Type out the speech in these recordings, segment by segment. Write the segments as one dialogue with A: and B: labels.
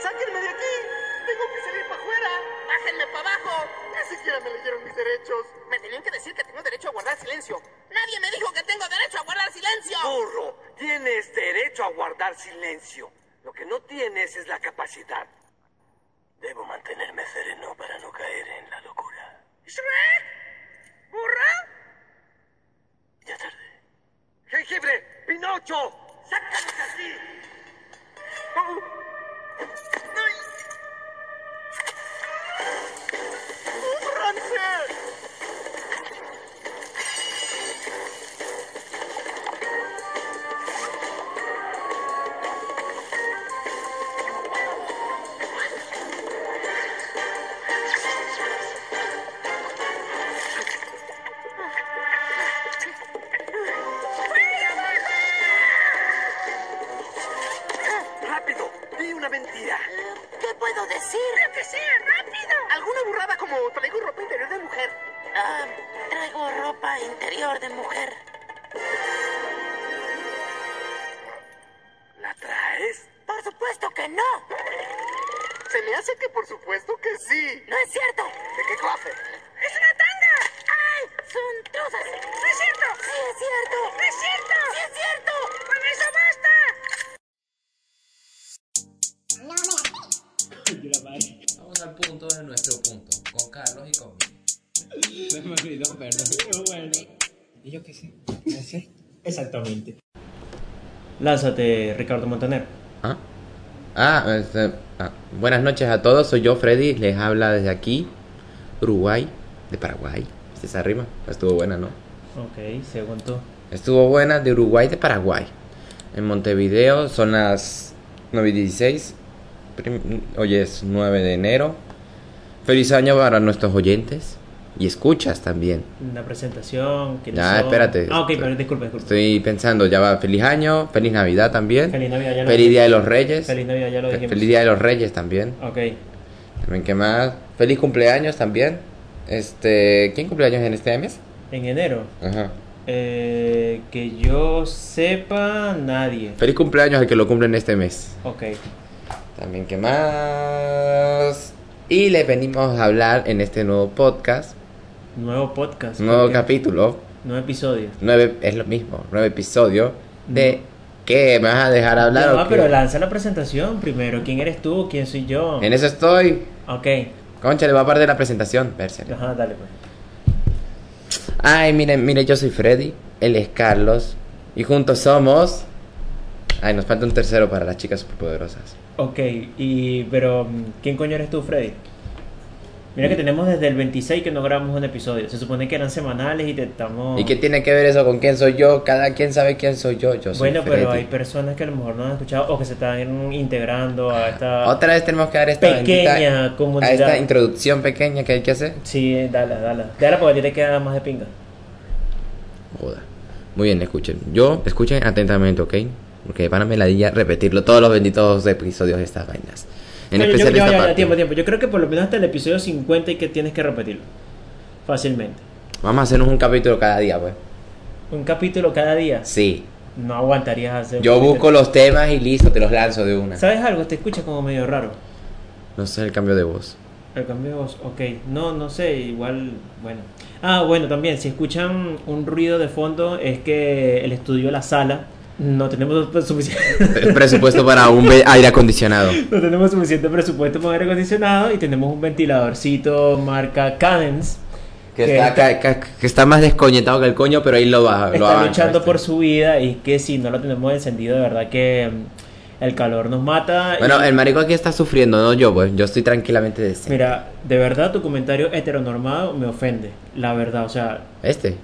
A: ¡Sáquenme de aquí! ¡Tengo que salir para afuera!
B: ¡Bájenme para abajo!
A: Ni siquiera me leyeron mis derechos.
B: Me tenían que decir que tengo derecho a guardar silencio. ¡Nadie me dijo que tengo derecho a guardar silencio!
C: Burro, tienes derecho a guardar silencio. Lo que no tienes es la capacidad.
D: Debo mantenerme sereno para no caer en la locura.
B: ¿Shrek? ¿Burro?
D: Ya tarde.
C: ¡Jengibre! ¡Pinocho! ¡Sácanos de aquí!
A: ¡Oh!
E: Exactamente. Lánzate, Ricardo Montaner.
F: Ah, ah, este, ah. buenas noches a todos. Soy yo, Freddy. Les habla desde aquí, Uruguay, de Paraguay. ¿Viste esa rima? Estuvo buena, ¿no?
E: Ok, se aguantó.
F: Estuvo buena de Uruguay, de Paraguay. En Montevideo son las 9 y 16. Hoy es 9 de enero. Feliz año para nuestros oyentes y escuchas también.
E: Una presentación.
F: Que ya, son... espérate.
E: Ah, ok, pero disculpe, disculpe.
F: Estoy pensando, ya va, feliz año, feliz Navidad también.
E: Feliz Navidad, ya
F: lo Feliz Día de los Reyes.
E: Feliz Navidad, ya lo dijimos.
F: Feliz Día de los Reyes también.
E: Ok.
F: También, ¿qué más? Feliz cumpleaños también. Este, ¿quién cumpleaños en este mes?
E: En enero.
F: Ajá.
E: Eh, que yo sepa, nadie.
F: Feliz cumpleaños al que lo cumple en este mes.
E: Ok.
F: También, ¿qué más? Y les venimos a hablar en este nuevo podcast.
E: Nuevo podcast.
F: Nuevo capítulo.
E: Nuevo episodio.
F: Nueve, es lo mismo, nuevo episodio de... No. ¿Qué? ¿Me vas a dejar hablar?
E: No,
F: o qué?
E: pero lanza la presentación primero. ¿Quién eres tú? ¿Quién soy yo?
F: En eso estoy.
E: Ok.
F: Concha, le va a perder la presentación. Versele.
E: Ajá, dale pues.
F: Ay, miren, miren, yo soy Freddy, él es Carlos, y juntos somos... Ay, nos falta un tercero para las chicas superpoderosas.
E: Ok, y, pero mm, ¿quién coño eres tú, Freddy? Mira que tenemos desde el 26 que no grabamos un episodio. Se supone que eran semanales y te estamos...
F: ¿Y qué tiene que ver eso con quién soy yo? Cada quien sabe quién soy yo. yo soy
E: bueno, Freddy. pero hay personas que a lo mejor no han escuchado o que se están integrando a esta...
F: Ah, Otra vez tenemos que dar esta...
E: Pequeña comunidad.
F: A esta introducción pequeña que hay que hacer.
E: Sí, dale, dale. Dale porque a ti te queda más de pinga.
F: Joda. Muy bien, escuchen. Yo, escuchen atentamente, ¿ok? Porque van a meladilla repetirlo todos los benditos episodios de estas vainas.
E: En Oye, especial yo, yo, esta ya, parte. Tiempo, tiempo. Yo creo que por lo menos hasta el episodio 50 y que tienes que repetirlo. Fácilmente.
F: Vamos a hacernos un capítulo cada día, pues.
E: ¿Un capítulo cada día?
F: Sí.
E: No aguantarías hacer.
F: Yo busco de... los temas y listo, te los lanzo de una.
E: ¿Sabes algo? Te escuchas como medio raro.
F: No sé, el cambio de voz.
E: El cambio de voz, ok. No, no sé, igual, bueno. Ah, bueno, también, si escuchan un ruido de fondo, es que el estudio, la sala, no tenemos suficiente
F: presupuesto para un aire acondicionado.
E: No tenemos suficiente presupuesto para un aire acondicionado y tenemos un ventiladorcito marca Cadence.
F: Que, que, está, está, que, que está, más desconectado que el coño, pero ahí lo va.
E: Está
F: lo avanza,
E: luchando este. por su vida y que si no lo tenemos encendido, de verdad que mm, el calor nos mata.
F: Bueno,
E: y...
F: el marico aquí está sufriendo, no yo, pues. Yo estoy tranquilamente este. decente.
E: Mira, de verdad tu comentario heteronormado me ofende. La verdad, o sea.
F: ¿Este?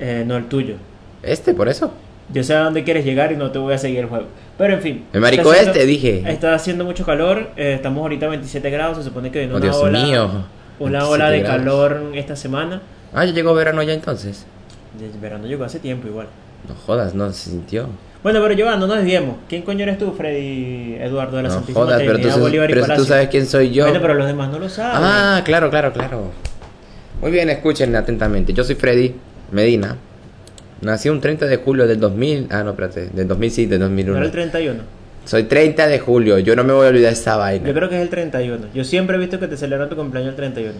E: Eh, no el tuyo.
F: ¿Este, por eso?
E: Yo sé a dónde quieres llegar y no te voy a seguir el juego. Pero en fin.
F: El marico
E: haciendo,
F: este, dije.
E: Está haciendo mucho calor. Eh, estamos ahorita a 27 grados. Se supone que viene
F: oh,
E: una
F: Dios
E: ola.
F: Mío.
E: Una ola de grados. calor esta semana.
F: Ah, ya llegó verano ya entonces.
E: El verano llegó hace tiempo igual.
F: No jodas, no se sintió.
E: Bueno, pero Giovanni, no nos desviemos. ¿Quién coño eres tú, Freddy Eduardo de la
F: no
E: Santísima
F: jodas, pero, tú,
E: Bolívar y
F: pero
E: Palacio?
F: tú sabes quién soy yo.
E: Bueno, pero los demás no lo saben.
F: Ah, claro, claro, claro. Muy bien, escuchen atentamente. Yo soy Freddy Medina. Nací un 30 de julio del 2000. Ah, no, espérate. Del 2006, del 2001.
E: No era el 31.
F: Soy 30 de julio, yo no me voy a olvidar de esta
E: Yo
F: vaina.
E: creo que es el 31. Yo siempre he visto que te celebran tu cumpleaños el 31.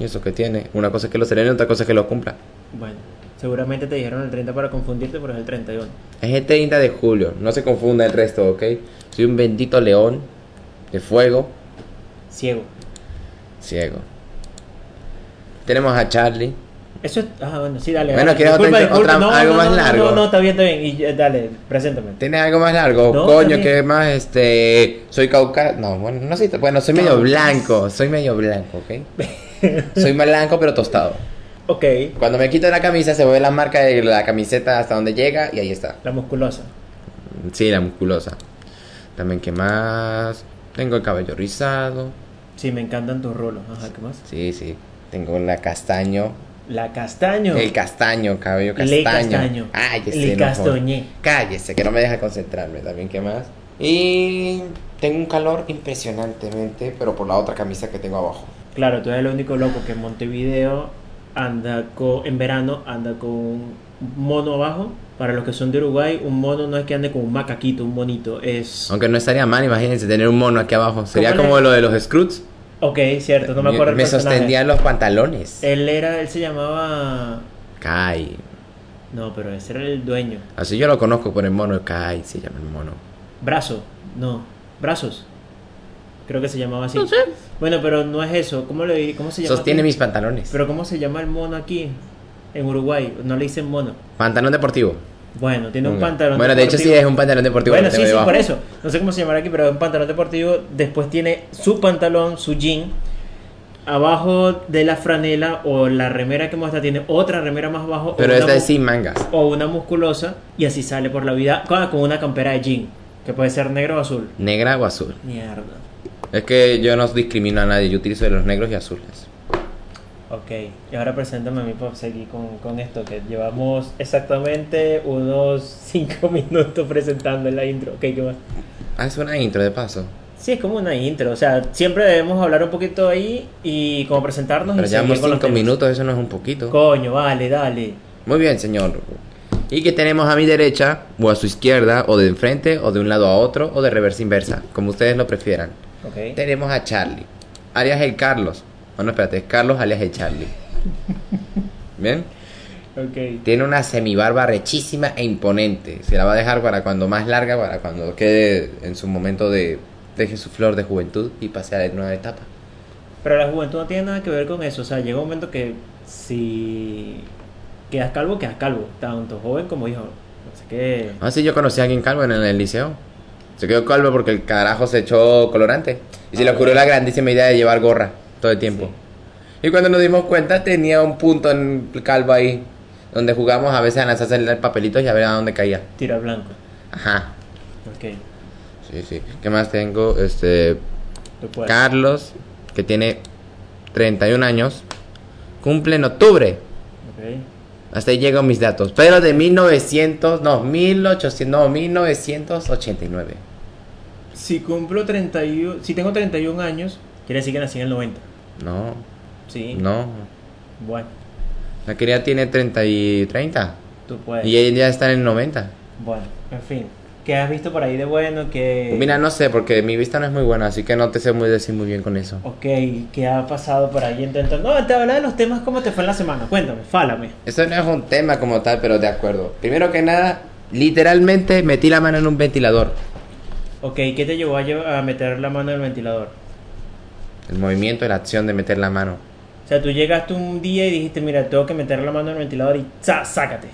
F: ¿Y eso qué tiene? Una cosa es que lo celebren y otra cosa es que lo cumpla.
E: Bueno, seguramente te dijeron el 30 para confundirte, pero es el 31.
F: Es el 30 de julio, no se confunda el resto, ¿ok? Soy un bendito león de fuego
E: Ciego.
F: ciego. Tenemos a Charlie.
E: Eso es. Ah, bueno, sí, dale.
F: Bueno,
E: dale.
F: ¿quieres otra- otra- algo más
E: no,
F: largo?
E: No, no, está bien, está bien. Y, eh, dale, preséntame.
F: ¿Tienes algo más largo?
E: No,
F: Coño,
E: también.
F: ¿qué más? Este. Soy cauca. No, bueno, no soy. Bueno, soy medio blanco. Soy medio blanco, ¿ok? soy más blanco, pero tostado.
E: Ok,
F: Cuando me quito la camisa, se ve la marca de la camiseta hasta donde llega y ahí está.
E: la musculosa.
F: Sí, la musculosa. También, ¿qué más? Tengo el cabello rizado.
E: Sí, me encantan tus rulos. Ajá, ¿qué más?
F: Sí, sí. Tengo la castaño.
E: La castaño.
F: El castaño, cabello castaño.
E: Le castaño.
F: Cállese,
E: Le
F: no joda.
E: castañé.
F: Cállese, que no me deja concentrarme. También, ¿qué más? Y tengo un calor impresionantemente, pero por la otra camisa que tengo abajo.
E: Claro, tú eres el único loco que en Montevideo anda con, en verano anda con un mono abajo. Para los que son de Uruguay, un mono no es que ande con un macaquito, un monito. Es.
F: Aunque no estaría mal, imagínense, tener un mono aquí abajo. Sería
E: ¿Cómo le-
F: como lo de los Scroots.
E: Ok, cierto, no me acuerdo el
F: me
E: personaje. Eh.
F: sostenían los pantalones.
E: Él era, él se llamaba.
F: Kai.
E: No, pero ese era el dueño.
F: Así yo lo conozco por el mono. Kai se llama el mono.
E: Brazo, no, brazos. Creo que se llamaba así. Bueno, pero no es eso. ¿Cómo, le, di- cómo se llama?
F: Sostiene
E: aquí?
F: mis pantalones.
E: Pero ¿cómo se llama el mono aquí? En Uruguay, no le dicen mono.
F: Pantalón deportivo.
E: Bueno, tiene un pantalón.
F: Bueno, de hecho sí
E: deportivo.
F: es un pantalón deportivo.
E: Bueno,
F: que
E: sí,
F: te
E: sí,
F: veo
E: por
F: abajo.
E: eso. No sé cómo se llamará aquí, pero es un pantalón deportivo. Después tiene su pantalón, su jean. Abajo de la franela o la remera que muestra tiene otra remera más abajo. o
F: Pero
E: una
F: esta es
E: mu-
F: sin mangas.
E: O una musculosa. Y así sale por la vida Ah, con con una campera de jean. Que puede ser negro o azul.
F: Negra o azul.
E: Mierda.
F: Es que yo no discrimino a nadie. Yo utilizo de los negros y azules.
E: Ok, y ahora preséntame a mí para seguir con, con esto, que llevamos exactamente unos 5 minutos presentando la intro. Ok, ¿qué más?
F: Ah, es una intro de paso.
E: Sí, es como una intro, o sea, siempre debemos hablar un poquito ahí y como presentarnos
F: Pero
E: y seguir
F: llevamos
E: con los
F: cinco
E: temas.
F: minutos. Eso no es un poquito.
E: Coño, vale, dale.
F: Muy bien, señor. Y que tenemos a mi derecha, o a su izquierda, o de enfrente, o de un lado a otro, o de reversa inversa, como ustedes lo prefieran.
E: Ok.
F: Tenemos a Charlie, alias el Carlos. Bueno, espérate, es Carlos alias el Charlie. ¿Bien?
E: Ok.
F: Tiene una semibarba rechísima e imponente. Se la va a dejar para cuando más larga, para cuando quede en su momento de... Deje su flor de juventud y pase a la nueva etapa.
E: Pero la juventud no tiene nada que ver con eso, o sea, llega un momento que si quedas calvo, quedas calvo, tanto joven como hijo. Así que...
F: Ah, sí, yo conocí a alguien calvo en el, liceo. Se quedó calvo porque el carajo se echó colorante. Y se le ocurrió la grandísima idea de llevar gorra todo el tiempo. Y cuando nos dimos cuenta tenía un punto en el calvo ahí. Donde jugamos a veces a lanzarse el papelito y a ver a dónde caía.
E: Tiro al blanco.
F: Ajá.
E: Ok.
F: Sí, sí. ¿Qué más tengo? Este...
E: Tú puedes.
F: Carlos, que tiene 31 años. Cumple en octubre.
E: Ok.
F: Hasta ahí llegan mis datos. Pero de 1900... No, 1800... No, 1989.
E: Si cumplo 31, si tengo 31 años, quiere decir que nací en el 90.
F: No,
E: Sí.
F: no.
E: Bueno,
F: La querida tiene 30 y 30.
E: tú puedes.
F: Y ella ya está en el 90.
E: Bueno, en fin. ¿Qué has visto por ahí de bueno? Que...
F: Mira, no sé, porque mi vista no es muy buena, así que no te sé muy decir muy bien con eso.
E: Ok, ¿qué ha pasado por ahí? Entonces, no, te hablaba de los temas, ¿cómo te fue en la semana? Cuéntame, fálame.
F: Eso no es un tema como tal, pero de acuerdo. Primero que nada, literalmente metí la mano en un ventilador.
E: Ok, ¿qué te llevó a, lle- a meter la mano en el ventilador?
F: El movimiento, la acción de meter la mano.
E: O sea, tú llegaste un día y dijiste, mira, tengo que meter la mano en el ventilador y ¡za! sácate.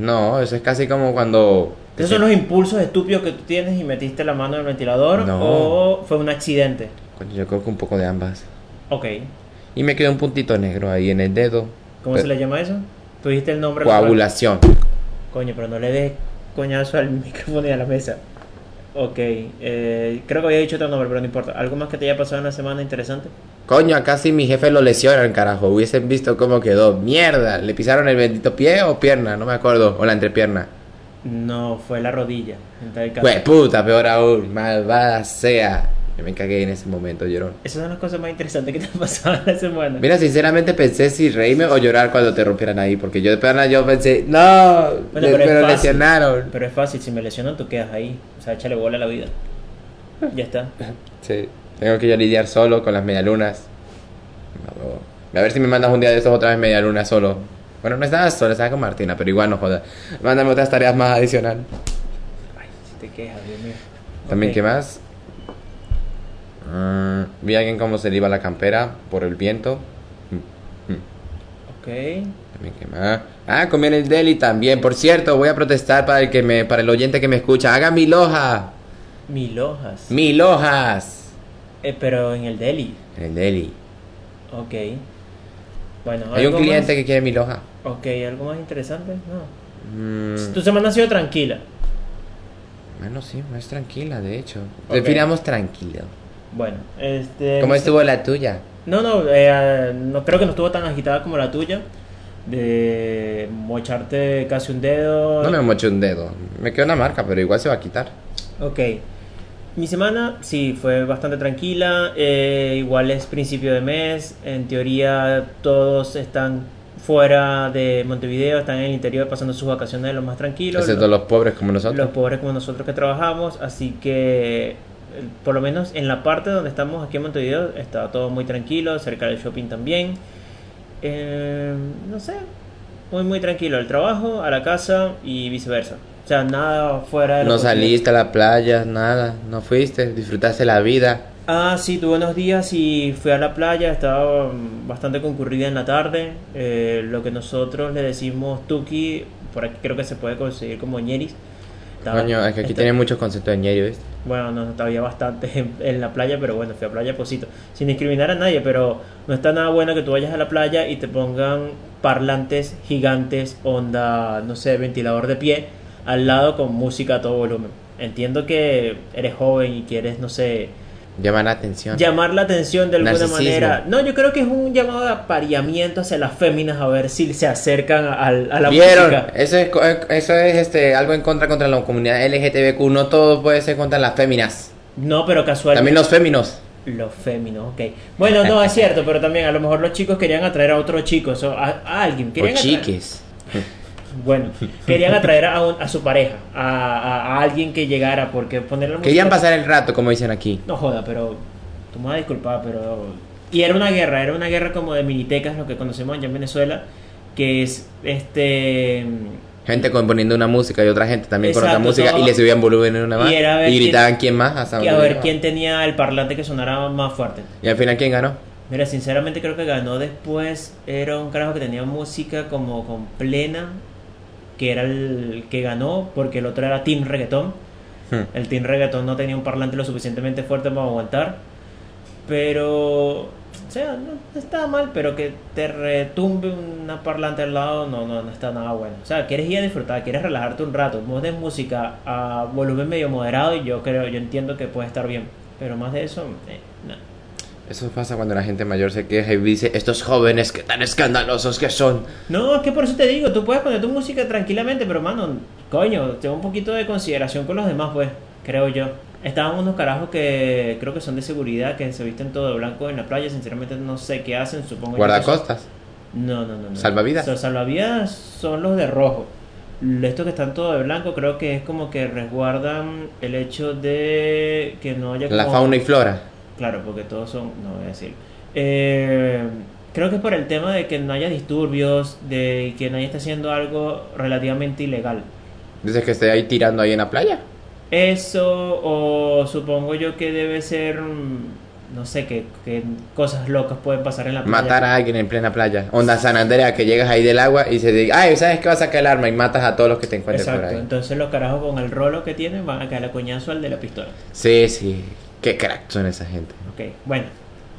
F: No, eso es casi como cuando...
E: ¿Esos son los impulsos estúpidos que tú tienes y metiste la mano en el ventilador?
F: No.
E: ¿O fue un accidente?
F: Coño, Yo creo que un poco de ambas.
E: Ok,
F: Y me quedó un puntito negro ahí en el dedo.
E: ¿cómo se le llama eso? ¿Tú dijiste el nombre? correcto?
F: Coagulación.
E: Coño, pero no le des coñazo al micrófono y a la mesa. Ok, eh, creo que había dicho otro nombre, pero no importa. ¿Algo más que te haya pasado en la semana interesante?
F: Coño, casi mi jefe lo lesionan, carajo. Hubiesen visto cómo quedó. Mierda, le pisaron el bendito pie o pierna, no me acuerdo. O la entrepierna.
E: No, fue la rodilla, en tal caso.
F: Pues puta, peor aún, malvada sea. Yo me cagué en ese momento, llorón.
E: Esas son las cosas más interesantes que te han pasado en la semana.
F: Mira, sinceramente pensé si reírme o llorar cuando te rompieran ahí, porque yo de plano yo pensé, no,
E: Bueno,
F: le-
E: pero es
F: pero
E: fácil.
F: lesionaron.
E: Pero es fácil, si me lesionan tú quedas ahí. O sea, échale bola a la vida. Ya está.
F: Sí, tengo que yo lidiar solo con las medialunas. No, huevo. A ver si me mandas un día de estos otra vez medialuna solo. Bueno, no estaba solo, estaba con Martina, pero igual no jodas. Mándame otras tareas más adicionales.
E: Ay, si te quejas, Dios mío.
F: También,
E: Ok.
F: ¿qué más? Mm, vi a alguien cómo se le iba la campera por el viento.
E: Ok.
F: También, ¿qué más? Ah, comí en el deli también. Por cierto, voy a protestar para el, que me, para el oyente que me escucha. ¡Haga mi loja!
E: Mil hojas.
F: ¡Mi lojas!
E: Eh, pero en el deli.
F: En el deli.
E: Ok. Bueno,
F: Hay un
E: ¿algo
F: cliente
E: más?
F: que quiere mi loja.
E: Ok, ¿algo más interesante? No.
F: Mm.
E: Tu semana ha sido tranquila.
F: Bueno, sí, más tranquila, de hecho.
E: Ok.
F: Definamos tranquilo.
E: Bueno, este.
F: ¿Cómo estuvo la tuya?
E: No, no, eh, no creo que no estuvo tan agitada como la tuya. De mocharte casi un dedo.
F: No me moché un dedo. Me quedó una marca, pero igual se va a quitar.
E: Ok. Mi semana, sí, fue bastante tranquila. eh, igual es principio de mes. En teoría, todos están fuera de Montevideo, están en el interior pasando sus vacaciones lo más tranquilos.
F: Excepto los pobres como
E: los
F: nosotros.
E: pobres como nosotros que trabajamos, así que eh, por lo menos en la parte donde estamos aquí en Montevideo está todo muy tranquilo, cerca del shopping también. Eh, no sé, muy muy tranquilo, al trabajo, a la casa y viceversa. O sea, nada fuera de lo
F: No
E: posible.
F: saliste a la playa, nada. No fuiste, disfrutaste la vida.
E: Ah, sí, tuve unos días y fui a la playa, estaba mm, bastante concurrida en la tarde. eh, lo que nosotros le decimos tuki, por aquí creo que se puede conseguir como ñeris. Estaba-
F: Coño, es que aquí
E: esta-
F: tienen muchos conceptos de ñerio, ¿viste?
E: Bueno, no, no, había bastante en, en la playa, pero bueno, fui a Playa Posito. Sin discriminar a nadie, pero no está nada bueno que tú vayas a la playa y te pongan parlantes gigantes, onda, no sé, ventilador de pie, al lado con música a todo volumen. Entiendo que eres joven y quieres, no sé,
F: Llaman la atención.
E: llamar la atención de alguna
F: Narcisismo.
E: manera. No, yo creo que es un llamado de apareamiento hacia las féminas a ver si se acercan al- a, la
F: ¿Vieron?
E: música.
F: Eso es, co- eh, eso es este, algo en contra contra la comunidad LGTBQ. No todo puede ser contra las féminas.
E: No, pero casualmente.
F: También los féminos.
E: Los féminos, ok. Bueno, no, es cierto, pero también a lo mejor los chicos querían atraer a otro chico, eso, a, a alguien.
F: O
E: Querían atraer-
F: chiques.
E: Bueno, querían atraer a, un- a su pareja, a, a- a alguien que llegara, porque ponerle música-
F: Querían pasar el rato, como dicen aquí.
E: No joda, pero. Tú me vas a disculpar, pero. Y era una guerra, era una guerra como de minitecas, lo que conocemos allá en Venezuela, que es este.
F: Gente componiendo una música y otra gente también con otra
E: Exacto,
F: música
E: todo.
F: y le subían volumen en una más
E: Y
F: y,
E: era a ver quién-
F: gritaban quién, más hasta
E: que a
F: dónde
E: ver
F: llegaba.
E: quién tenía el parlante que sonara más fuerte.
F: Y al final quién ganó.
E: Mira, sinceramente creo que ganó después. Era un carajo que tenía música como con plena, que era el que ganó, porque el otro era Team Reggaetón.
F: Hmm.
E: El Team Reggaetón no tenía un parlante lo suficientemente fuerte para aguantar. Pero, o sea, no, no está mal, pero que te retumbe una parlante al lado, no, no, no está nada bueno. O sea, quieres ir a disfrutar, quieres relajarte un rato, pones música a volumen medio moderado y yo creo, yo entiendo que puede estar bien. Pero más de eso, eh, no.
F: Eso pasa cuando la gente mayor se queja y dice, estos jóvenes que tan escandalosos que son.
E: No, es que por eso te digo, tú puedes poner tu música tranquilamente, pero mano, coño, tengo un poquito de consideración con los demás, pues, creo yo. Estaban unos carajos que creo que son de seguridad, que se visten todo de blanco en la playa, sinceramente no sé qué hacen, supongo yo que son-
F: Guardacostas.
E: No, no, no, no.
F: ¿Salvavidas?
E: Los salvavidas son los de rojo. Estos que están todo de blanco creo que es como que resguardan el hecho de que no haya
F: La
E: como-
F: fauna y flora.
E: Claro, porque todos son, no voy a decir. Eh, creo que es por el tema de que no haya disturbios, de que nadie esté haciendo algo relativamente ilegal.
F: Dices que estoy ahí tirando ahí en la playa.
E: Eso, o supongo yo que debe ser, mm, no sé, que, que cosas locas pueden pasar en la playa.
F: Matar a alguien en plena playa. Onda San Andrea, que llegas ahí del agua y se diga, ay, ¿sabes qué? Vas a sacar el arma y matas a todos los que te encuentres
E: Exacto,
F: por ahí.
E: entonces los carajos con el rolo que tienen van a caer a coñazo al de la pistola.
F: Sí, sí. Qué crack son esa gente.
E: Ok, bueno.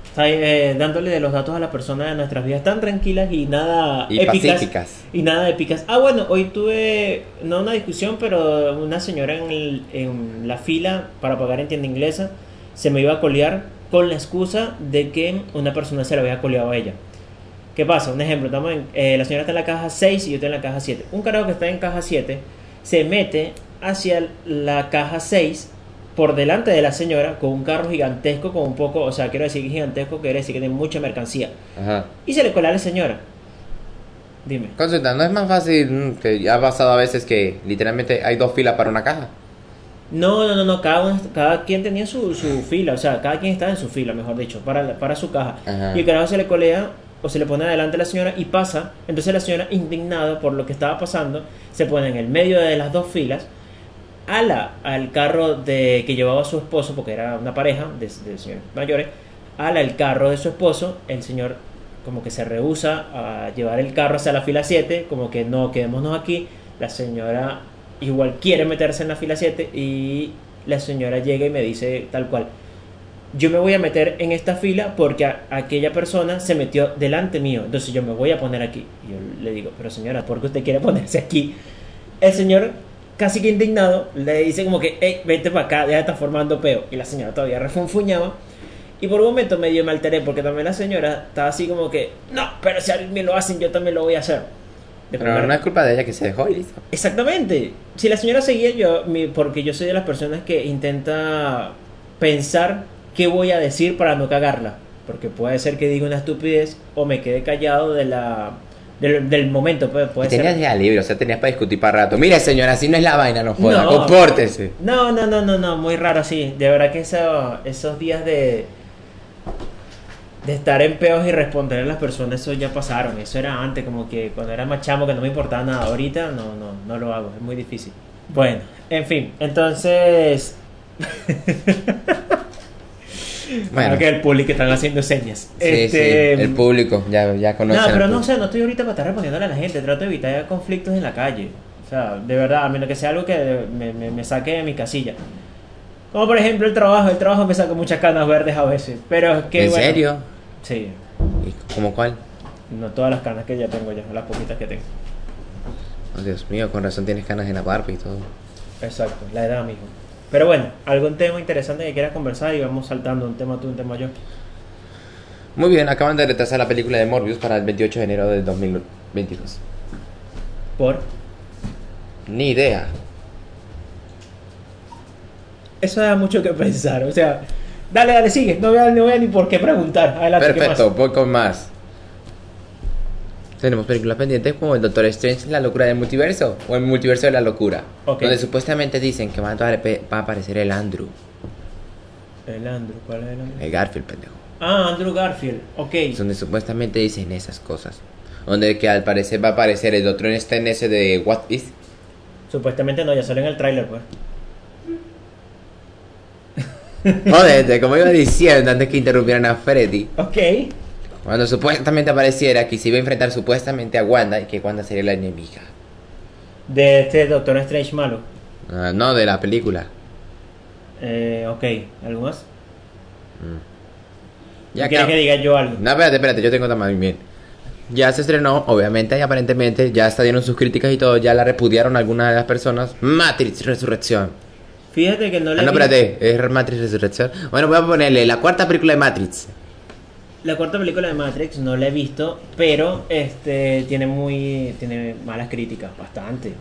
E: Está, eh, dándole de los datos a las personas de nuestras vidas tan tranquilas y nada
F: Y
E: épicas.
F: pacíficas.
E: Y nada épicas. Ah, bueno, hoy tuve, no una discusión, pero una señora en, el- en la fila para pagar en tienda inglesa se me iba a colear con la excusa de que una persona se la había coleado a ella. ¿Qué pasa? Un ejemplo, estamos en- eh, la señora está en la caja 6 y yo estoy en la caja 7. Un carajo que está en caja 7 se mete hacia la caja 6 por delante de la señora con un carro gigantesco, con un poco, o sea, quiero decir gigantesco, quiere decir que tiene mucha mercancía.
F: Ajá.
E: Y se le coló a la señora. Dime.
F: Consulta, ¿no es más fácil mm, que ha pasado a veces que literalmente hay dos filas para una caja?
E: No, no, no, no, cada, uno- cada quien tenía su, su fila, o sea, cada quien estaba en su fila, mejor dicho, para, la- para su caja.
F: Ajá.
E: Y el carajo se le colea o se le pone adelante a la señora y pasa. Entonces la señora, indignada por lo que estaba pasando, se pone en el medio de las dos filas, ala al carro de que llevaba su esposo, porque era una pareja de, de señores mayores, ala el carro de su esposo, el señor como que se rehúsa a llevar el carro hacia la fila 7, como que no, quedémonos aquí, la señora igual quiere meterse en la fila 7 y la señora llega y me dice tal cual, yo me voy a meter en esta fila porque a- aquella persona se metió delante mío, entonces yo me voy a poner aquí. Y yo le digo, pero señora, ¿por qué usted quiere ponerse aquí? El señor, casi que indignado, le dice como que, hey, vete para acá, ya está formando peo. Y la señora todavía refunfuñaba. Y por un momento medio me alteré porque también la señora estaba así como que, no, pero si a mí me lo hacen, yo también lo voy a hacer. De
F: Pero
E: primera-
F: no es culpa de ella que se dejó y listo.
E: Exactamente. Si la señora seguía yo, mi- porque yo soy de las personas que intenta pensar qué voy a decir para no cagarla. Porque puede ser que diga una estupidez o me quede callado de la, del, del momento. Puede, puede
F: Y tenías
E: ser.
F: ya libre, o sea, tenías para discutir para rato. Mire, señora, así no es la vaina, no joda,
E: No.
F: compórtese.
E: No, no, no, no, no, muy raro, sí. De verdad que eso- esos días de, de estar en peos y responder a las personas, eso ya pasaron. Eso era antes, como que cuando era más chamo, que no me importaba nada. Ahorita no, no, no lo hago, es muy difícil. Bueno, en fin, entonces.
F: Bueno,
E: Bueno, que el público están haciendo señas. Este, mm,
F: sí, sí, el público, ya, ya
E: No,
F: conocen. al
E: pero no,
F: público.
E: o sea, no estoy ahorita para estar respondiéndole a la gente. Trato de evitar conflictos en la calle. O sea, de verdad, a menos que sea algo que me, me- me saque de mi casilla. Como por ejemplo el trabajo. El trabajo me saca muchas canas verdes a veces. Pero es que.
F: ¿En
E: bueno,
F: serio?
E: Sí.
F: ¿Y ¿Cómo cuál?
E: No todas las canas que ya tengo, ya las poquitas que tengo.
F: Oh, Dios mío, con razón tienes canas en la barba y todo.
E: Exacto, la edad, mijo. Pero bueno, algún tema interesante que quieras conversar y vamos saltando un tema tú, un tema yo.
F: Muy bien, acaban de retrasar la película de Morbius para el 28 de enero del 2022.
E: Por.
F: Ni idea.
E: Eso da mucho que pensar. O sea, dale, dale, sigue. No voy, no voy ni por qué preguntar. Adelante, ¿qué más?
F: Perfecto, voy con más. Tenemos películas pendientes como el Doctor Strange, la locura del multiverso, o el multiverso de la locura,
E: Ok.
F: donde supuestamente dicen que va a, apare- va a aparecer el Andrew,
E: El Andrew, ¿cuál es el Andrew?
F: el Garfield, pendejo.
E: Ah, Andrew Garfield, ok.
F: Donde supuestamente dicen esas cosas. Donde que al parecer va a aparecer el Doctor Strange ese de What If.
E: Supuestamente no, ya salió en el tráiler, pues.
F: Jódete, como iba diciendo antes que interrumpieran a Freddy.
E: Ok.
F: Cuando supuestamente apareciera que se iba a enfrentar supuestamente a Wanda y que Wanda sería la enemiga.
E: De este Doctor Strange malo.
F: Ah, no, de la película.
E: Eh, ok, ¿algo más?
F: Ya
E: ¿Quieres
F: acá-
E: que diga yo algo?
F: No, espérate, espérate, yo tengo también bien. Ya se estrenó, obviamente, y aparentemente ya hasta dieron sus críticas y todo, ya la repudiaron algunas de las personas. Matrix Resurrección.
E: Fíjate que no le
F: Ah, no,
E: vi-
F: espérate, es Matrix Resurrección. Bueno, voy a ponerle la cuarta película de Matrix.
E: La cuarta película de Matrix no la he visto, pero este tiene muy tiene malas críticas, bastante.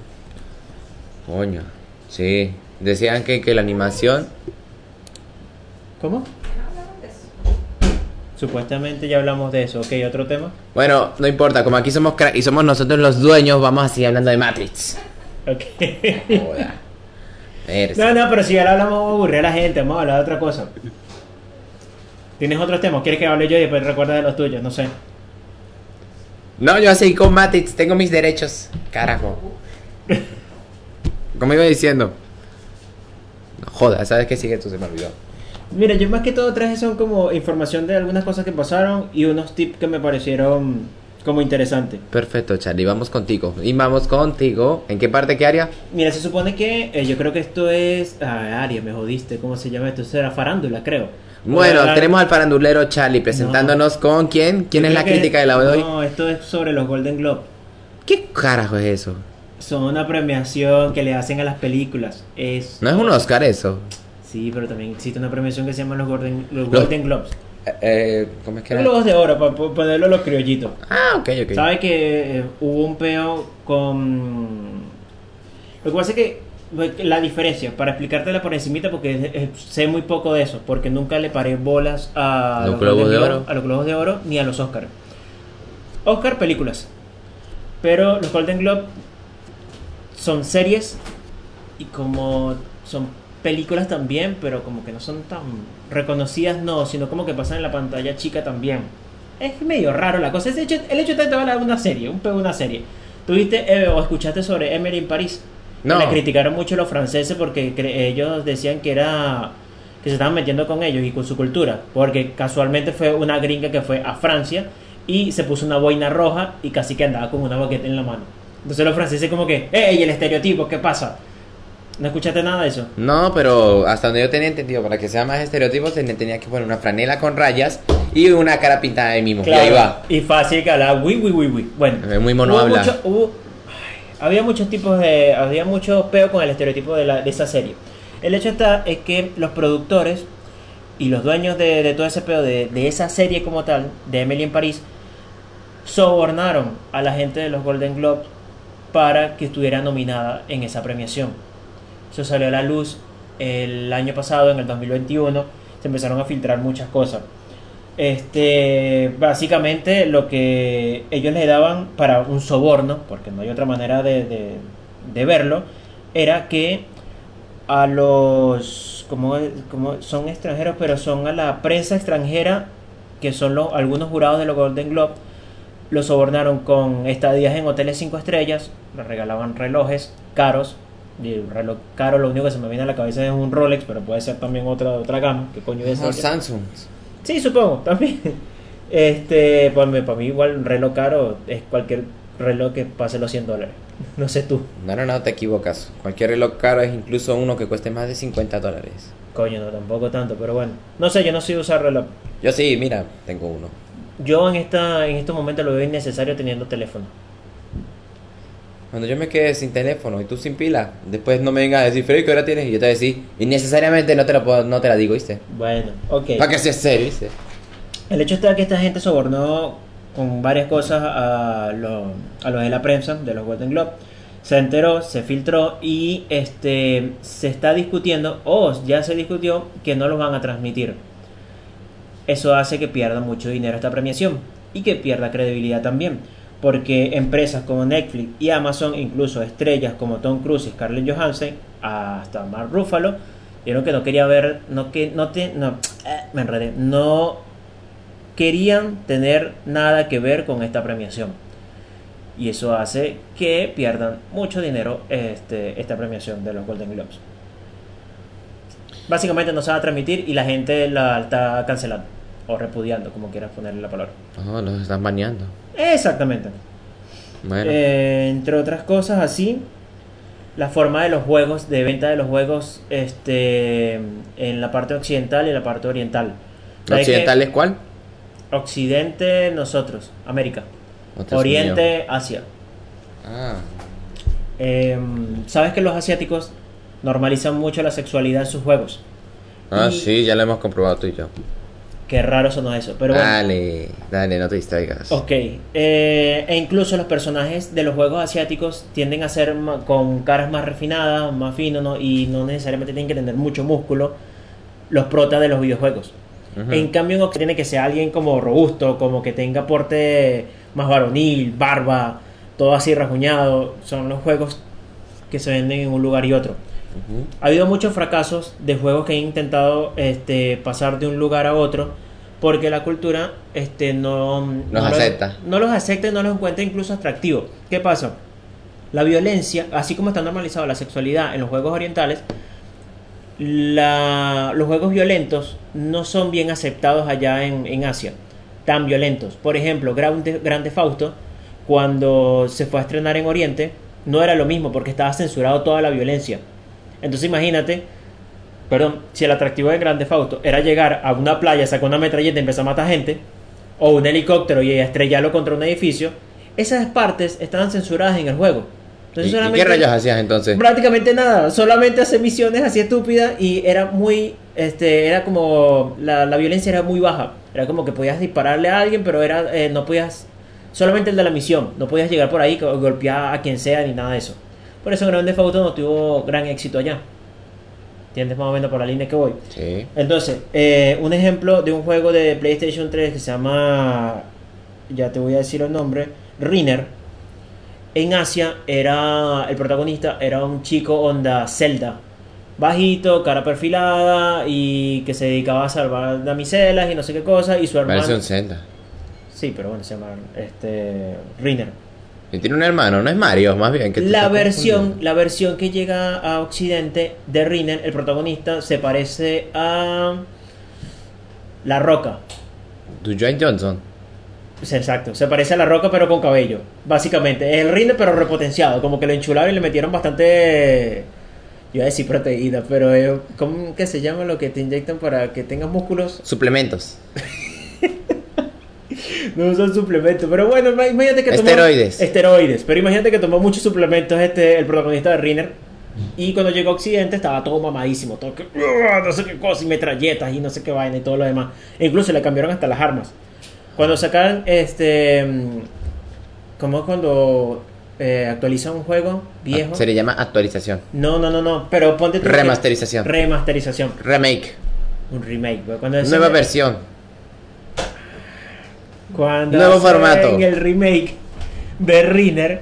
F: Coño, sí. Decían que, que la animación.
E: ¿Cómo? Supuestamente ya hablamos de eso. Ok, otro tema.
F: Bueno, no importa, como aquí somos crack y somos nosotros los dueños, vamos a seguir hablando de Matrix.
E: Ok.
F: Joda. Verga.
E: No, no, pero si ya lo hablamos, vamos a aburrir a la gente, vamos a hablar de otra cosa. ¿Tienes otros temas? ¿Quieres que hable yo y después recuerdas de los tuyos? No sé.
F: No, yo así con Matrix, tengo mis derechos. Carajo. Como iba diciendo. No joda, ¿sabes qué sigue tú? Se me olvidó.
E: Mira, yo más que todo traje son como información de algunas cosas que pasaron y unos tips que me parecieron como interesantes.
F: Perfecto, Charlie, vamos contigo. Y vamos contigo. ¿En qué parte, qué área?
E: Mira, se supone que eh, yo creo que esto es... Ah, Aria, me jodiste, ¿cómo se llama esto? Esto era farándula, creo.
F: Bueno,
E: Era-
F: tenemos al farandulero Charlie presentándonos con quién. ¿Quién
E: yo creo
F: es la
E: que-
F: crítica de la de hoy?
E: No, esto es sobre los Golden Globe.
F: ¿Qué carajo es eso?
E: Son una premiación que le hacen a las películas. Es...
F: No es un Oscar eso.
E: Sí, pero también existe una premiación que se llama los Golden, los
F: Los-
E: Golden Globes.
F: Eh, eh, ¿Cómo es que
E: Los
F: era?
E: Globos de Oro, para ponerlo a los criollitos.
F: Ah, ok, ok.
E: ¿Sabes que eh, hubo un peo con... Lo que pasa es que la diferencia, para explicártela por encimita, porque eh, sé muy poco de eso, porque nunca le paré bolas a
F: Los Globos
E: Golden
F: de
E: Globe,
F: Oro.
E: a los Globos de Oro ni a los Oscar. Oscar, películas. Pero los Golden Globe son series y como son películas también, pero como que no son tan reconocidas, no, sino como que pasan en la pantalla chica también. Es medio raro la cosa. Es hecho, el hecho de que te va a dar una serie, un pego de una serie. ¿Tuviste eh, o escuchaste sobre Emily en París?
F: No.
E: Le criticaron mucho los franceses porque cre- ellos decían que era que se estaban metiendo con ellos y con su cultura, porque casualmente fue una gringa que fue a Francia y se puso una boina roja y casi que andaba con una baqueta en la mano. Entonces los franceses como que, ¡ey, el estereotipo, qué pasa! ¿No escuchaste nada de eso?
F: No, pero hasta donde yo tenía entendido, para que sea más estereotipo, se le tenía que poner una franela con rayas y una cara pintada de mimo. Y ahí va.
E: Y fácil que hablaba, uy, uy, uy, uy. Bueno,
F: Es muy mono
E: hubo
F: habla.
E: mucho- hubo- ay, había muchos tipos de. Había mucho peo con el estereotipo de, la- de esa serie. El hecho está es que los productores y los dueños de, de todo ese peo, de, de esa serie como tal, de Emily en París, sobornaron a la gente de los Golden Globes para que estuviera nominada en esa premiación. Eso salió a la luz el año pasado, en el 2021. Se empezaron a filtrar muchas cosas. Este, básicamente lo que ellos le daban para un soborno, porque no hay otra manera de, de- de verlo, era que a los, como, como son extranjeros, pero son a la prensa extranjera, que son los, algunos jurados de los Golden Globe, los sobornaron con estadías en hoteles 5 estrellas, les regalaban relojes caros, y el reloj caro lo único que se me viene a la cabeza es un Rolex, pero puede ser también otra, otra gama, que coño es
F: Como Samsung.
E: Sí, supongo, también. Este, para mí, para mí igual un reloj caro es cualquier reloj que pase los 100 dólares. No sé tú.
F: No, no, no, te equivocas. Cualquier reloj caro es incluso uno que cueste más de 50 dólares.
E: Coño, no, tampoco tanto, pero bueno. No sé, yo no sé usar reloj.
F: Yo sí, mira, tengo uno.
E: Yo en esta en estos momentos lo veo innecesario teniendo teléfono.
F: Cuando yo me quedé sin teléfono y tú sin pila, después no me vengas a decir, Freddy, ¿qué hora tienes? Y yo te voy a decir, innecesariamente no te, lo puedo- no te la digo, ¿viste?
E: Bueno, ok.
F: Para que sea serio, ¿viste?
E: El hecho está que esta gente sobornó con varias cosas a los, a los de la prensa, de los Golden Globe. Se enteró, se filtró y este se está discutiendo, o ya se discutió, que no los van a transmitir. Eso hace que pierda mucho dinero esta premiación y que pierda credibilidad también. Porque empresas como Netflix y Amazon, incluso estrellas como Tom Cruise y Scarlett Johansson, hasta Mark Ruffalo, dijeron que no quería ver, no que no te, no, me enredé, no querían tener nada que ver con esta premiación. Y eso hace que pierdan mucho dinero este, esta premiación de los Golden Globes. Básicamente no se va a transmitir y la gente la está cancelando o repudiando, como quieras ponerle la palabra.
F: No, los están baneando.
E: Exactamente.
F: Bueno.
E: Eh, entre otras cosas así, la forma de los juegos, de venta de los juegos este, en la parte occidental y en la parte oriental. ¿Sabes qué?
F: ¿Occidentales cuál?
E: Occidente, nosotros, América.
F: Oh, Dios
E: Oriente, Asia.
F: mío. Ah,
E: Eh, Sabes que los asiáticos normalizan mucho la sexualidad en sus juegos.
F: Ah,
E: Y-
F: sí, ya lo hemos comprobado tú y yo.
E: Qué raro sonó eso, pero bueno. Oh,
F: dale, dale, no te distraigas.
E: Ok, eh, e incluso los personajes de los juegos asiáticos tienden a ser ma- con caras más refinadas, más finos, ¿no? y no necesariamente tienen que tener mucho músculo los protas de los videojuegos.
F: Ujú.
E: En cambio, uno tiene que ser alguien como robusto, como que tenga porte más varonil, barba, todo así rasguñado. Son los juegos que se venden en un lugar y otro.
F: Ujú.
E: Ha habido muchos fracasos de juegos que han intentado este, pasar de un lugar a otro porque la cultura este, no, no los-
F: acepta.
E: no los acepta y no los encuentra incluso atractivos. ¿Qué pasa? La violencia, así como está normalizada la sexualidad en los juegos orientales, la- los juegos violentos no son bien aceptados allá en, en Asia, tan violentos. Por ejemplo, Grande, Grande Fausto, cuando se fue a estrenar en Oriente, no era lo mismo porque estaba censurado toda la violencia. Entonces imagínate, perdón, si el atractivo de Grande Fausto era llegar a una playa, sacar una metralleta y empezar a matar gente, o un helicóptero y estrellarlo contra un edificio, esas partes estaban censuradas en el juego.
F: ¿Y,
E: Entonces,
F: y
E: solamente-
F: qué rayos hacías entonces?
E: Prácticamente nada, solamente hace misiones así estúpidas y era muy, este, era como, la, la violencia era muy baja, era como que podías dispararle a alguien, pero era, eh, no podías, solamente el de la misión, no podías llegar por ahí, co- golpear a quien sea ni nada de eso. Por eso Grand Theft Auto no tuvo gran éxito allá. ¿Entiendes más o menos por la línea que voy?
F: Sí.
E: Entonces, eh, un ejemplo de un juego de PlayStation 3 que se llama, ya te voy a decir el nombre, Rinner. En Asia era el protagonista era un chico onda Zelda, bajito, cara perfilada y que se dedicaba a salvar damiselas y no sé qué cosa y su hermano.
F: Parece un Zelda.
E: Sí, pero bueno se llama este Rinner.
F: Y tiene un hermano, no es Mario, más bien. que te
E: La
F: está
E: versión,
F: confundiendo.
E: la versión que llega a Occidente de Rinner, el protagonista, se parece a La Roca.
F: Dwayne Johnson.
E: Sí, Exacto, se parece a La Roca pero con cabello, básicamente. Es el Rinner pero repotenciado, como que lo enchularon y le metieron bastante... Yo iba a decir proteína, pero eh, ¿cómo que se llama lo que te inyectan para que tengas músculos?
F: Suplementos.
E: No usan suplementos, pero bueno, ima- imagínate que tomó-
F: Esteroides.
E: Esteroides, pero imagínate que tomó muchos suplementos este el protagonista de Rinner y cuando llegó a Occidente estaba todo mamadísimo, todo que, "Uah", no sé qué cosa y metralletas y no sé qué vaina y todo lo demás. E incluso le cambiaron hasta las armas. Cuando sacan este mm, como es cuando eh, actualizan un juego viejo.
F: Se le llama actualización.
E: no, no, no, no, pero ponte tú que-
F: Remasterización.
E: Remasterización,
F: Remake.
E: un remake, güey. Cuando hacen-
F: Nueva versión.
E: Cuando
F: Nuevo
E: hacen
F: formato.
E: el remake de Rinner,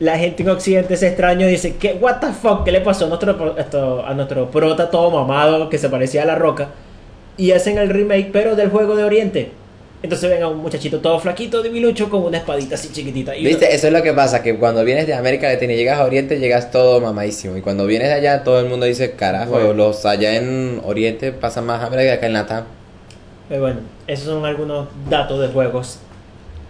E: la gente en Occidente se extraña y dice, ¿qué, what the fuck? ¿Qué le pasó a nuestro, pro- esto- a nuestro prota todo mamado que se parecía a la roca? Y hacen el remake, pero del juego de Oriente. Entonces ven a un muchachito todo flaquito, debilucho, con una espadita así chiquitita. Y
F: Viste, eso es lo que pasa, que cuando vienes de América Latina y llegas a Oriente, llegas todo mamadísimo. Y cuando vienes de allá, todo el mundo dice, carajo,
E: Bueno.
F: los allá en Oriente pasan más hambre que acá en Latam.
E: Pero eh, bueno, esos son algunos datos de juegos.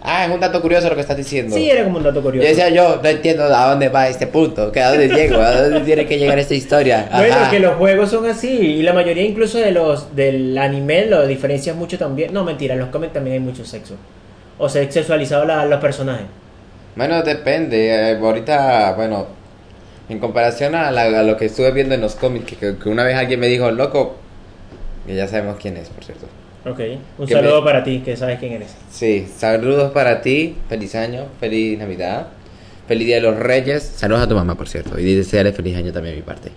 F: Ah, es un dato curioso lo que estás diciendo.
E: Sí, era como un dato
F: yo
E: curioso.
F: decía yo, no entiendo a dónde va este punto, que a dónde llego, a dónde tiene que llegar esta historia.
E: Bueno,
F: Ajá.
E: que los juegos son así y la mayoría incluso de los del anime lo diferencias mucho también. No, mentira, en los cómics también hay mucho sexo. O se ha sexualizado la- los personajes.
F: Bueno, depende. eh, ahorita, bueno, en comparación a, la- a lo que estuve viendo en los cómics, que- que, que una vez alguien me dijo, loco, que ya sabemos quién es, por cierto.
E: Ok. Un
F: Que
E: saludo
F: me-
E: para ti, que sabes quién eres.
F: Sí, saludos para ti, feliz año, feliz Navidad, feliz Día de los Reyes. Saludos a tu mamá, por cierto, y desearle feliz año también a mi parte.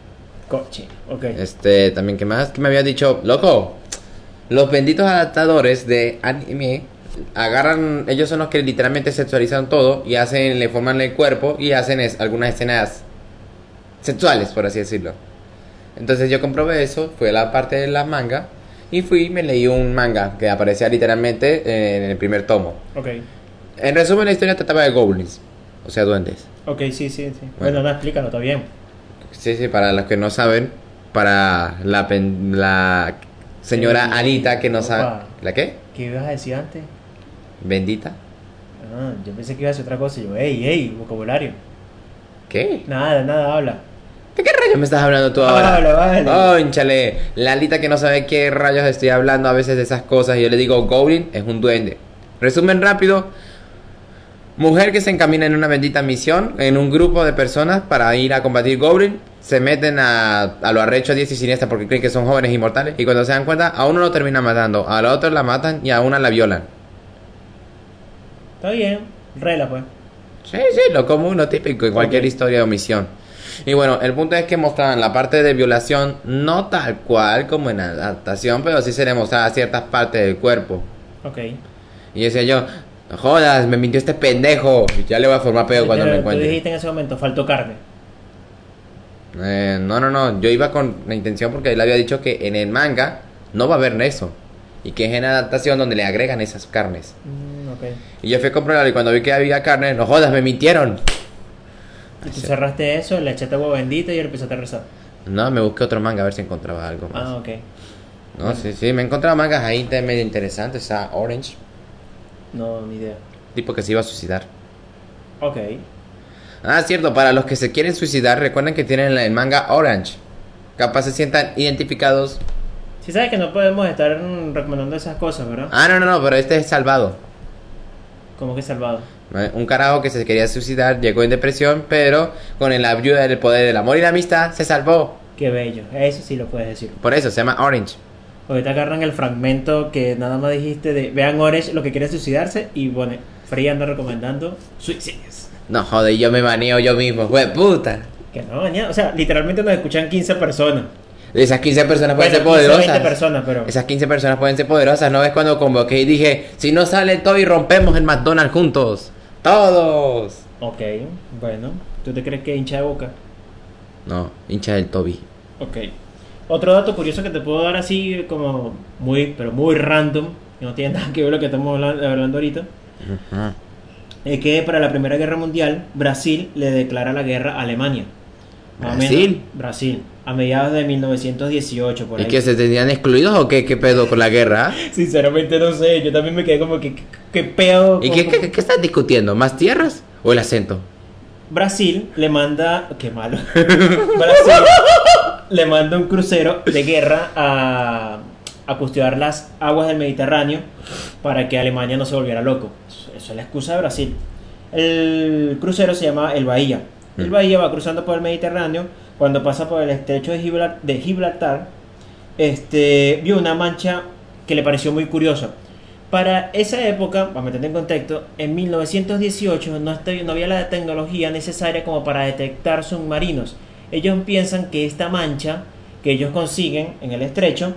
E: Coche. Ok.
F: Este, también, ¿qué más? Que me había dicho, loco, los benditos adaptadores de anime agarran, ellos son los que literalmente sexualizan todo y hacen, le forman el cuerpo y hacen es- algunas escenas sexuales, por así decirlo. Entonces yo comprobé eso, fui a la parte de la manga y fui y me leí un manga que aparecía literalmente eh, en el primer tomo.
E: Ok.
F: En resumen, la historia trataba de goblins, o sea, duendes.
E: Ok, sí, sí, sí. Bueno, no, explícalo, está bien.
F: Sí, sí, para los que no saben, para la, pen- la señora
E: Sí.
F: Anita que no sabe...
E: Opa.
F: ¿La qué?
E: ¿Qué ibas a decir antes?
F: ¿Bendita?
E: Ah, yo pensé que ibas a decir otra cosa. y Yo, ey, ey, vocabulario.
F: ¿Qué?
E: Nada, nada, habla.
F: ¿De qué rayos me estás hablando tú ahora?
E: Habla, Ah, vale.
F: Ónchale, la Alita que no sabe qué rayos estoy hablando a veces de esas cosas y yo le digo, Goblin es un duende. Resumen rápido. Mujer que se encamina en una bendita misión, en un grupo de personas para ir a combatir Goblin, se meten a, a lo arrecho a diez y siniestra porque creen que son jóvenes inmortales y cuando se dan cuenta a uno lo termina matando, a la otra la matan y a una la violan.
E: Está bien. Rela, pues.
F: Sí, sí, lo común, lo típico en cualquier historia de omisión. Y bueno, el punto es que mostraban la parte de violación, no tal cual como en la adaptación, pero sí se le mostraba ciertas partes del cuerpo.
E: Ok.
F: Y decía yo, "No jodas, me mintió este pendejo. Ya le voy a formar pedo cuando
E: Pero
F: me
E: tú
F: encuentre.
E: Este dijiste en ese momento, faltó carne.
F: Eh, no, no, no, yo iba con la intención porque él había dicho que en el manga no va a haber eso. Y que es en la adaptación donde le agregan esas carnes.
E: Mm, ok.
F: Y yo fui a comprarlo y cuando vi que había carne, no jodas, me mintieron. Ah,
E: Y tú cerraste eso, le echaste agua bendita y empezaste a rezar.
F: No, me busqué otro manga a ver si encontraba algo más.
E: Ah, ok.
F: No, sí, sí, me he encontrado mangas ahí de medio interesantes, o sea, Orange,
E: No, ni idea.
F: tipo que se iba a suicidar.
E: Ok.
F: Ah, cierto, para los que se quieren suicidar, recuerden que tienen el manga Orange. Capaz se sientan identificados.
E: Si sabes que no podemos estar mm, recomendando esas cosas, ¿verdad?
F: Ah, no, no, no, pero este es salvado.
E: Como que salvado.
F: Eh, Un carajo que se quería suicidar, llegó en depresión, pero con la ayuda del poder del amor y la amistad, se salvó.
E: Qué bello. Eso sí lo puedes decir.
F: Por eso, se llama Orange.
E: Ahorita agarran el fragmento que nada más dijiste de vean Orange lo que quiere suicidarse y bueno, Frey anda recomendando suicidios.
F: No, joder, yo me baneo yo mismo, güey, puta.
E: Que no, mañana. O sea, literalmente nos escuchan 15 personas.
F: Esas 15 personas pueden
E: Bueno,
F: Ah, ser
E: 15, 20
F: poderosas.
E: personas, pero-
F: Esas 15 personas pueden ser poderosas. ¿No ves cuando convoqué y dije, si no sale Toby, rompemos el McDonald's juntos? ¡Todos!
E: Ok, bueno. ¿Tú te crees que hincha de boca?
F: No, hincha del Toby.
E: Ok. Otro dato curioso que te puedo dar así como muy, pero muy random, que no tiene nada que ver lo que estamos habla- hablando, ahorita,
F: Ah,
E: es que para la Primera Guerra Mundial Brasil le declara la guerra a Alemania. Más o menos-
F: ¿Brasil?
E: Brasil. A mediados de 1918, por
F: ¿Y
E: ahí.
F: que se tenían excluidos o qué? ¿Qué pedo con la guerra?
E: Sinceramente no sé, yo también me quedé como que, que- que pedo.
F: ¿Y
E: como-
F: qué, qué, qué estás discutiendo? ¿Más tierras o el acento?
E: Brasil le manda. Qué malo. Brasil le manda un crucero de guerra a, a custodiar las aguas del Mediterráneo para que Alemania no se volviera loco. Eso eso es la excusa de Brasil. El crucero se llama El Bahía. El
F: Mm.
E: Bahía va cruzando por el Mediterráneo. Cuando pasa por el estrecho de, Gibral- de Gibraltar, este, vio una mancha que le pareció muy curiosa. Para esa época, para meter en contexto, en 1918 no, estoy- no había la tecnología necesaria como para detectar submarinos. Ellos piensan que esta mancha que ellos consiguen en el estrecho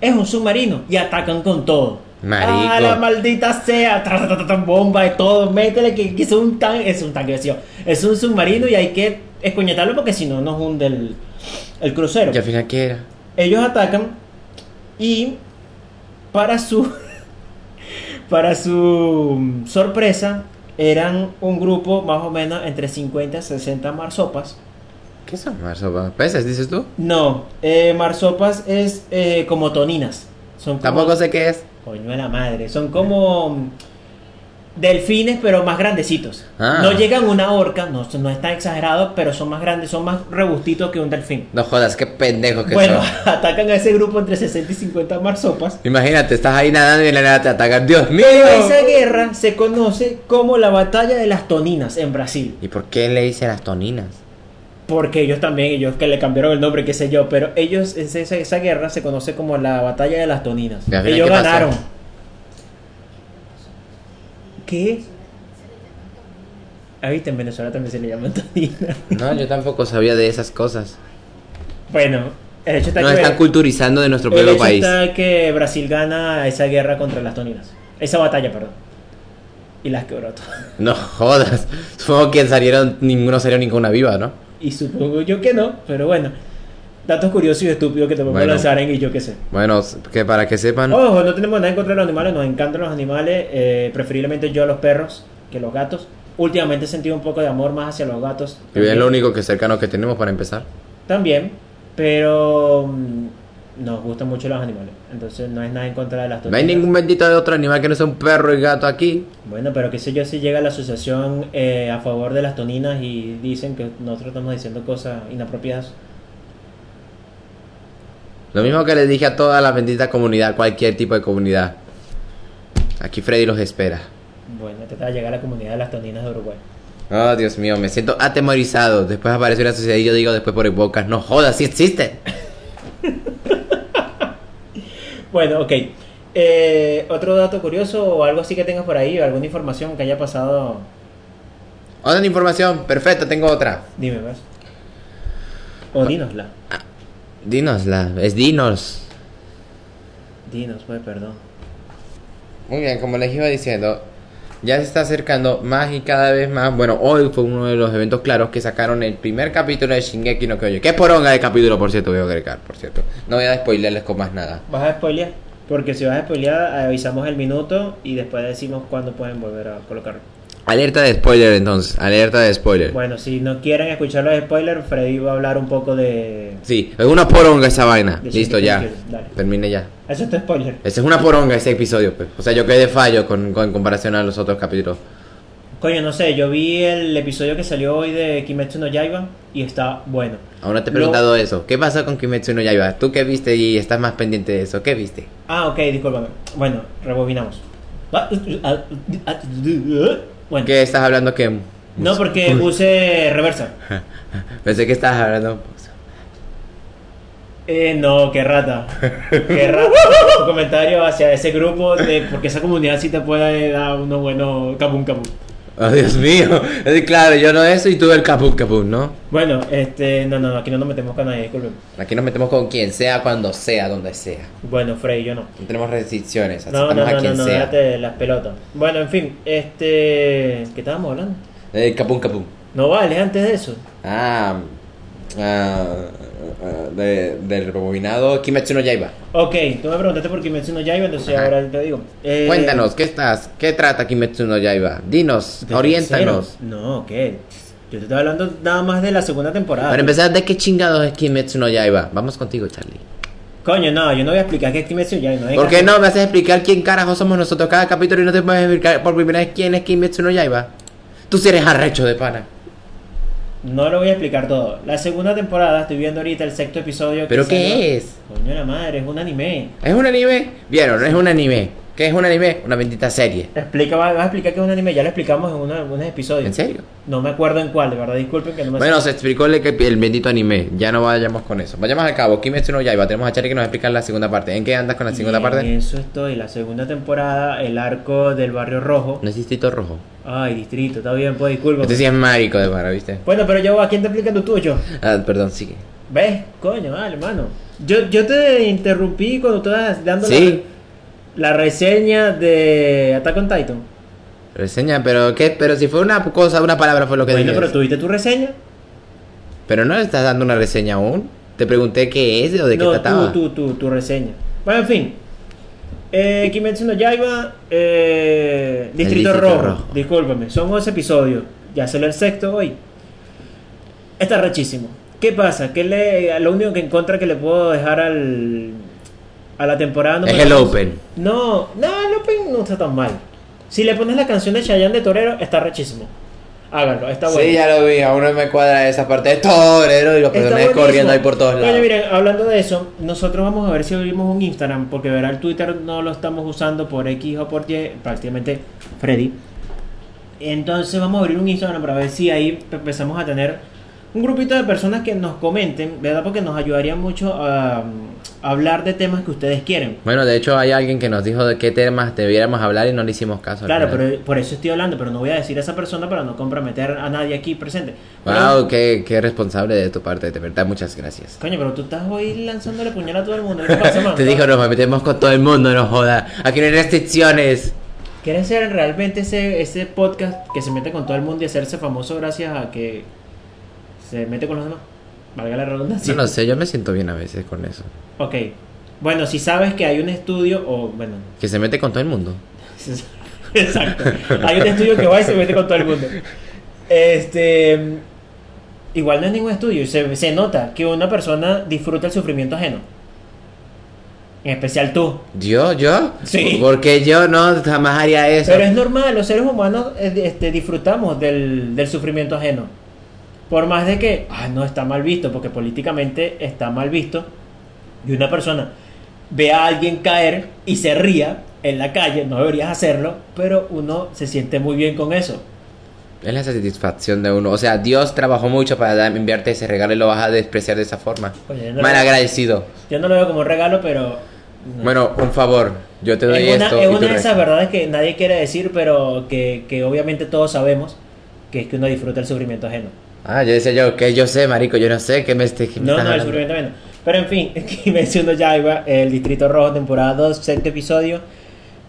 E: es un submarino y atacan con todo.
F: Marico.
E: ¡Ah, la maldita sea! Tra, tra, tra, tra, bomba de todo, métele que, que es un tanque, es un tanque, decía, es un submarino y hay que escoñetarlo porque si no nos hunde el, el crucero.
F: ¿Y al final qué era?
E: Ellos atacan y para su para su mm, sorpresa eran un grupo más o menos entre 50 y 60 marsopas.
F: ¿Qué son marsopas? ¿Peces, dices tú?
E: No, eh, marsopas es eh, como toninas. Son como-
F: Tampoco sé qué es.
E: Coño de la madre, son como mm, delfines pero más grandecitos.
F: Ah.
E: No llegan a una orca, no, no es tan exagerado, pero son más grandes, son más robustitos que un delfín.
F: No jodas, qué pendejos que
E: Bueno,
F: son.
E: atacan a ese grupo entre 60 y 50 marsopas.
F: Imagínate, estás ahí nadando y de la nada te atacan. ¡Dios mío!
E: Esa guerra se conoce como la batalla de las toninas en Brasil.
F: ¿Y por qué le dicen las toninas?
E: Porque ellos también, ellos que le cambiaron el nombre, qué sé yo, pero ellos, esa, esa- esa guerra se conoce como la batalla de las toninas.
F: Y al final,
E: Ellos
F: ¿qué pasó?
E: ganaron. ¿Qué? Ah, viste, en Venezuela también se le llama tonina.
F: No, yo tampoco sabía de esas cosas.
E: Bueno, el hecho está
F: Nos
E: que.
F: están culturizando de nuestro
E: el
F: propio
E: hecho
F: país.
E: está que Brasil gana esa guerra contra las toninas. Esa batalla, perdón. Y las quebró todas.
F: No jodas. Supongo que salieron, ninguno salió ninguna viva, ¿no?
E: Y supongo yo que no, pero bueno. Datos curiosos y estúpidos que te podemos
F: Bueno.
E: lanzar en y yo qué sé.
F: Bueno, s- que para que sepan,
E: Ojo, no tenemos nada en contra de los animales, nos encantan los animales, eh, preferiblemente yo a los perros que los gatos. Últimamente he sentido un poco de amor más hacia los gatos.
F: y es lo único que cercano que tenemos para empezar.
E: También, pero mm, nos gustan mucho los animales, entonces no es nada en contra de las
F: No hay
E: tortugas.
F: ningún bendito de otro animal que no sea un perro y gato aquí.
E: Bueno, pero qué sé yo si llega la asociación eh, a favor de las toninas y dicen que nosotros estamos diciendo cosas inapropiadas.
F: Lo mismo que les dije a toda la bendita comunidad, cualquier tipo de comunidad. Aquí Freddy los espera.
E: Bueno, te va a llegar a la comunidad de las toninas de Uruguay.
F: Oh, Dios mío, me siento atemorizado. Después aparece una sociedad y yo digo después por el bocas, no jodas, sí existe.
E: Bueno, ok. Eh, Otro dato curioso o algo así que tengas por ahí, o alguna información que haya pasado,
F: Otra información, perfecto, tengo otra.
E: dime más. O dínosla.
F: Dinosla, es dinos.
E: Dinos, pues, perdón.
F: Muy bien, como les iba diciendo, ya se está acercando más y cada vez más. Bueno, hoy fue uno de los eventos claros que sacaron el primer capítulo de Shingeki no Kyoji. Qué poronga de capítulo, por cierto, voy a agregar, por cierto. No voy a spoilerles con más nada.
E: ¿Vas a spoilear? Porque si vas a spoilear, avisamos el minuto y después decimos cuándo pueden volver a colocarlo.
F: Alerta de spoiler entonces, alerta de spoiler.
E: Bueno, si no quieren escuchar los spoilers, Freddy va a hablar un poco de...
F: Sí, es una poronga esa vaina.
E: De Shingeki no
F: Listo, ya.
E: Kyojin, dale.
F: Termine ya.
E: Eso es tu spoiler.
F: Ese es una poronga ese episodio, pues. O sea, yo quedé fallo con, con- en comparación a los otros capítulos.
E: Coño, no sé, yo vi el episodio que salió hoy de Kimetsu no Yaiba y está bueno.
F: Aún no te he
E: Lo-
F: preguntado eso. ¿Qué pasó con Kimetsu no Yaiba? ¿Tú qué viste y estás más pendiente de eso? ¿Qué viste?
E: Ah, ok, discúlpame. Bueno, rebobinamos. Ah, Bueno,
F: ¿Qué estás hablando que
E: no porque puse reversa.
F: Pensé que estabas hablando. pues,
E: Eh, no, qué rata. Qué rata. Un comentario hacia ese grupo de porque esa comunidad sí te puede dar unos buenos cabum cabum.
F: Oh, Dios mío. Eh, Claro, yo no eso y tú el caput caput, ¿no?
E: Bueno, este, no, no, no, aquí no nos metemos con nadie, disculpen.
F: Aquí nos metemos con quien sea, cuando sea, donde sea.
E: Bueno, Frey, yo no.
F: No tenemos restricciones, así
E: No, no,
F: a
E: no, no,
F: quien
E: no,
F: sea.
E: date de las pelotas. Bueno, en fin, este. ¿Qué estábamos hablando?
F: Eh, capun capun.
E: No vale, antes de eso.
F: Ah, ah, ah, de, del rebobinado Kimetsu no Yaiba.
E: Ok, tú me preguntaste por Kimetsu no Yaiba, entonces
F: Ajá.
E: ahora te digo. Eh,
F: Cuéntanos, ¿qué estás? ¿Qué trata Kimetsu no Yaiba? Dinos,
E: ¿de
F: oriéntanos.
E: tercero? No, ¿qué? Yo te estaba hablando nada más de la segunda temporada.
F: Para empezar, ¿de qué chingados es Kimetsu no Yaiba? Vamos contigo, Charlie.
E: Coño, no, yo no voy a explicar qué es Kimetsu no Yaiba. venga.
F: ¿Por qué no me haces explicar quién carajo somos nosotros cada capítulo y no te puedes explicar por primera vez quién es Kimetsu no Yaiba? Tú sí eres arrecho de pana.
E: No lo voy a explicar todo. La segunda temporada, estoy viendo ahorita el sexto episodio. que
F: ¿Pero qué
E: salió.
F: es?
E: Coño, la madre, es un anime.
F: ¿Es un anime? Vieron, es un anime. ¿Qué es un anime? Una bendita serie.
E: Explica, vas vas a explicar qué es un anime, ya lo explicamos en uno de algunos episodios.
F: ¿En serio?
E: No me acuerdo en cuál, de verdad, disculpen que no me
F: Bueno, se explicó el, que- el bendito anime. Ya no vayamos con eso. Vayamos al cabo. Kimetsu no Yaiba. Tenemos a Charlie que nos va a explicar la segunda parte. ¿En qué andas con la segunda
E: Y En
F: parte?
E: eso estoy, la segunda temporada, el arco del Barrio Rojo.
F: No es distrito rojo.
E: Ay, distrito, está bien, pues disculpa.
F: Este sí es marico de pana, ¿viste?
E: Bueno, pero yo, ¿a quién te explican tú tuyo?
F: Ah, perdón, sigue.
E: ¿Ves? Coño, vale, hermano. Yo, yo te interrumpí cuando tú estabas dando la-
F: Sí.
E: la, reseña de Attack on Titan.
F: Reseña, pero ¿qué? Pero si fue una cosa, una palabra fue lo que
E: Bueno,
F: dijiste.
E: pero tuviste tu reseña.
F: Pero no le estás dando una reseña aún. Te pregunté qué es o de qué
E: no,
F: trataba.
E: tú, tú, tú, tu reseña. Bueno, en fin. Eh, Kimetsu no Yaiba, eh, Distrito,
F: Distrito
E: Rojo.
F: Rojo.
E: Discúlpame, son 11 episodios. Ya salió el sexto hoy. Está rachísimo. ¿Qué pasa? Que le, lo único que encuentra que le puedo dejar al, a la temporada...
F: Es
E: número
F: el
E: 11.
F: Open.
E: No, no, el Open no está tan mal. Si le pones la canción de Chayanne de Torero, está rachísimo. Háganlo, está bueno.
F: Sí, ya lo vi. Aún no me cuadra esa parte de torero y los
E: Está
F: personajes
E: buenísimo.
F: corriendo ahí por todos lados.
E: Oye, miren, hablando de eso, nosotros vamos a ver si abrimos un Instagram, porque verá el Twitter no lo estamos usando por X o por Y, prácticamente Freddy. Entonces vamos a abrir un Instagram para ver si ahí empezamos a tener un grupito de personas que nos comenten, ¿verdad? Porque nos ayudaría mucho a, a hablar de temas que ustedes quieren.
F: Bueno, de hecho hay alguien que nos dijo de qué temas debiéramos hablar y no le hicimos caso. al
E: Claro,
F: final.
E: pero por eso estoy hablando, pero no voy a decir a esa persona para no comprometer a nadie aquí presente.
F: Wow, qué, qué responsable de tu parte, de verdad, muchas gracias.
E: Coño, pero tú estás hoy lanzándole puñal a todo el mundo. ¿Qué pasa, man?
F: Te dijo, nos metemos con todo el mundo, no joda. Aquí no hay restricciones.
E: ¿Quieres ser realmente ese, ese podcast que se mete con todo el mundo y hacerse famoso gracias a que se mete con los demás? Valga la redundancia.
F: No lo sé, yo me siento bien a veces con eso.
E: Ok. Bueno, si sabes que hay un estudio, o bueno,
F: Que se mete con todo el mundo.
E: exacto. Hay un estudio que va y se mete con todo el mundo. Este. Igual no es ningún estudio. Se, se nota que una persona disfruta el sufrimiento ajeno. En especial tú.
F: ¿Yo? ¿Yo?
E: Sí.
F: Porque yo no jamás haría eso.
E: Pero es normal, los seres humanos eh, este, disfrutamos del, del sufrimiento ajeno. Por más de que, ah, no, está mal visto, porque políticamente está mal visto. Y una persona ve a alguien caer y se ría en la calle, no deberías hacerlo, pero uno se siente muy bien con eso.
F: Es la satisfacción de uno. O sea, Dios trabajó mucho para dar- enviarte ese regalo y lo vas a despreciar de esa forma.
E: Oye, no-
F: Mal agradecido.
E: Yo no lo veo como un regalo, pero... no.
F: Bueno, un favor. Yo te doy
E: es una,
F: esto.
E: es
F: y tú
E: una de esas
F: resta.
E: verdades que nadie quiere decir, pero que, que obviamente todos sabemos, que es que uno disfruta el sufrimiento ajeno.
F: Ah, yo decía yo, que yo sé, marico, yo no sé que me esté. que me
E: No,
F: estás
E: no, el
F: hablando.
E: sufrimiento menos. Pero en fin, aquí menciono Yaiba, el Distrito Rojo, temporada 2, sexto episodio.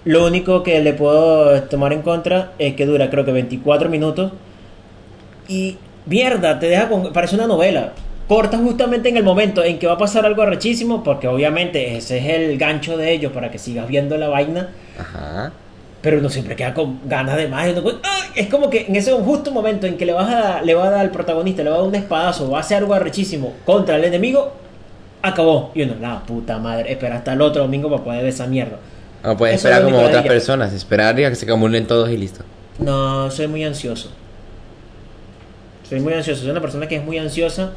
E: Lo único que le puedo tomar en contra es que dura creo que 24 minutos. Y mierda, te deja con... parece una novela. Corta justamente en el momento en que va a pasar algo arrechísimo, porque obviamente ese es el gancho de ellos para que sigas viendo la vaina.
F: Ajá.
E: Pero uno siempre queda con ganas de más. y uno, "Uy, ay", es como que en ese justo momento en que le vas a dar- le va a dar al protagonista, le va a dar un espadazo, va a hacer algo arrechísimo contra el enemigo, acabó. Y uno, la puta madre, espera hasta el otro domingo para poder ver esa mierda.
F: No puedes
E: Eso es
F: esperar
E: lo
F: como
E: único de
F: otras
E: ella.
F: personas, esperar y a que se comunen todos y listo.
E: No, soy muy ansioso. Soy muy ansioso. Soy una persona que es muy ansiosa.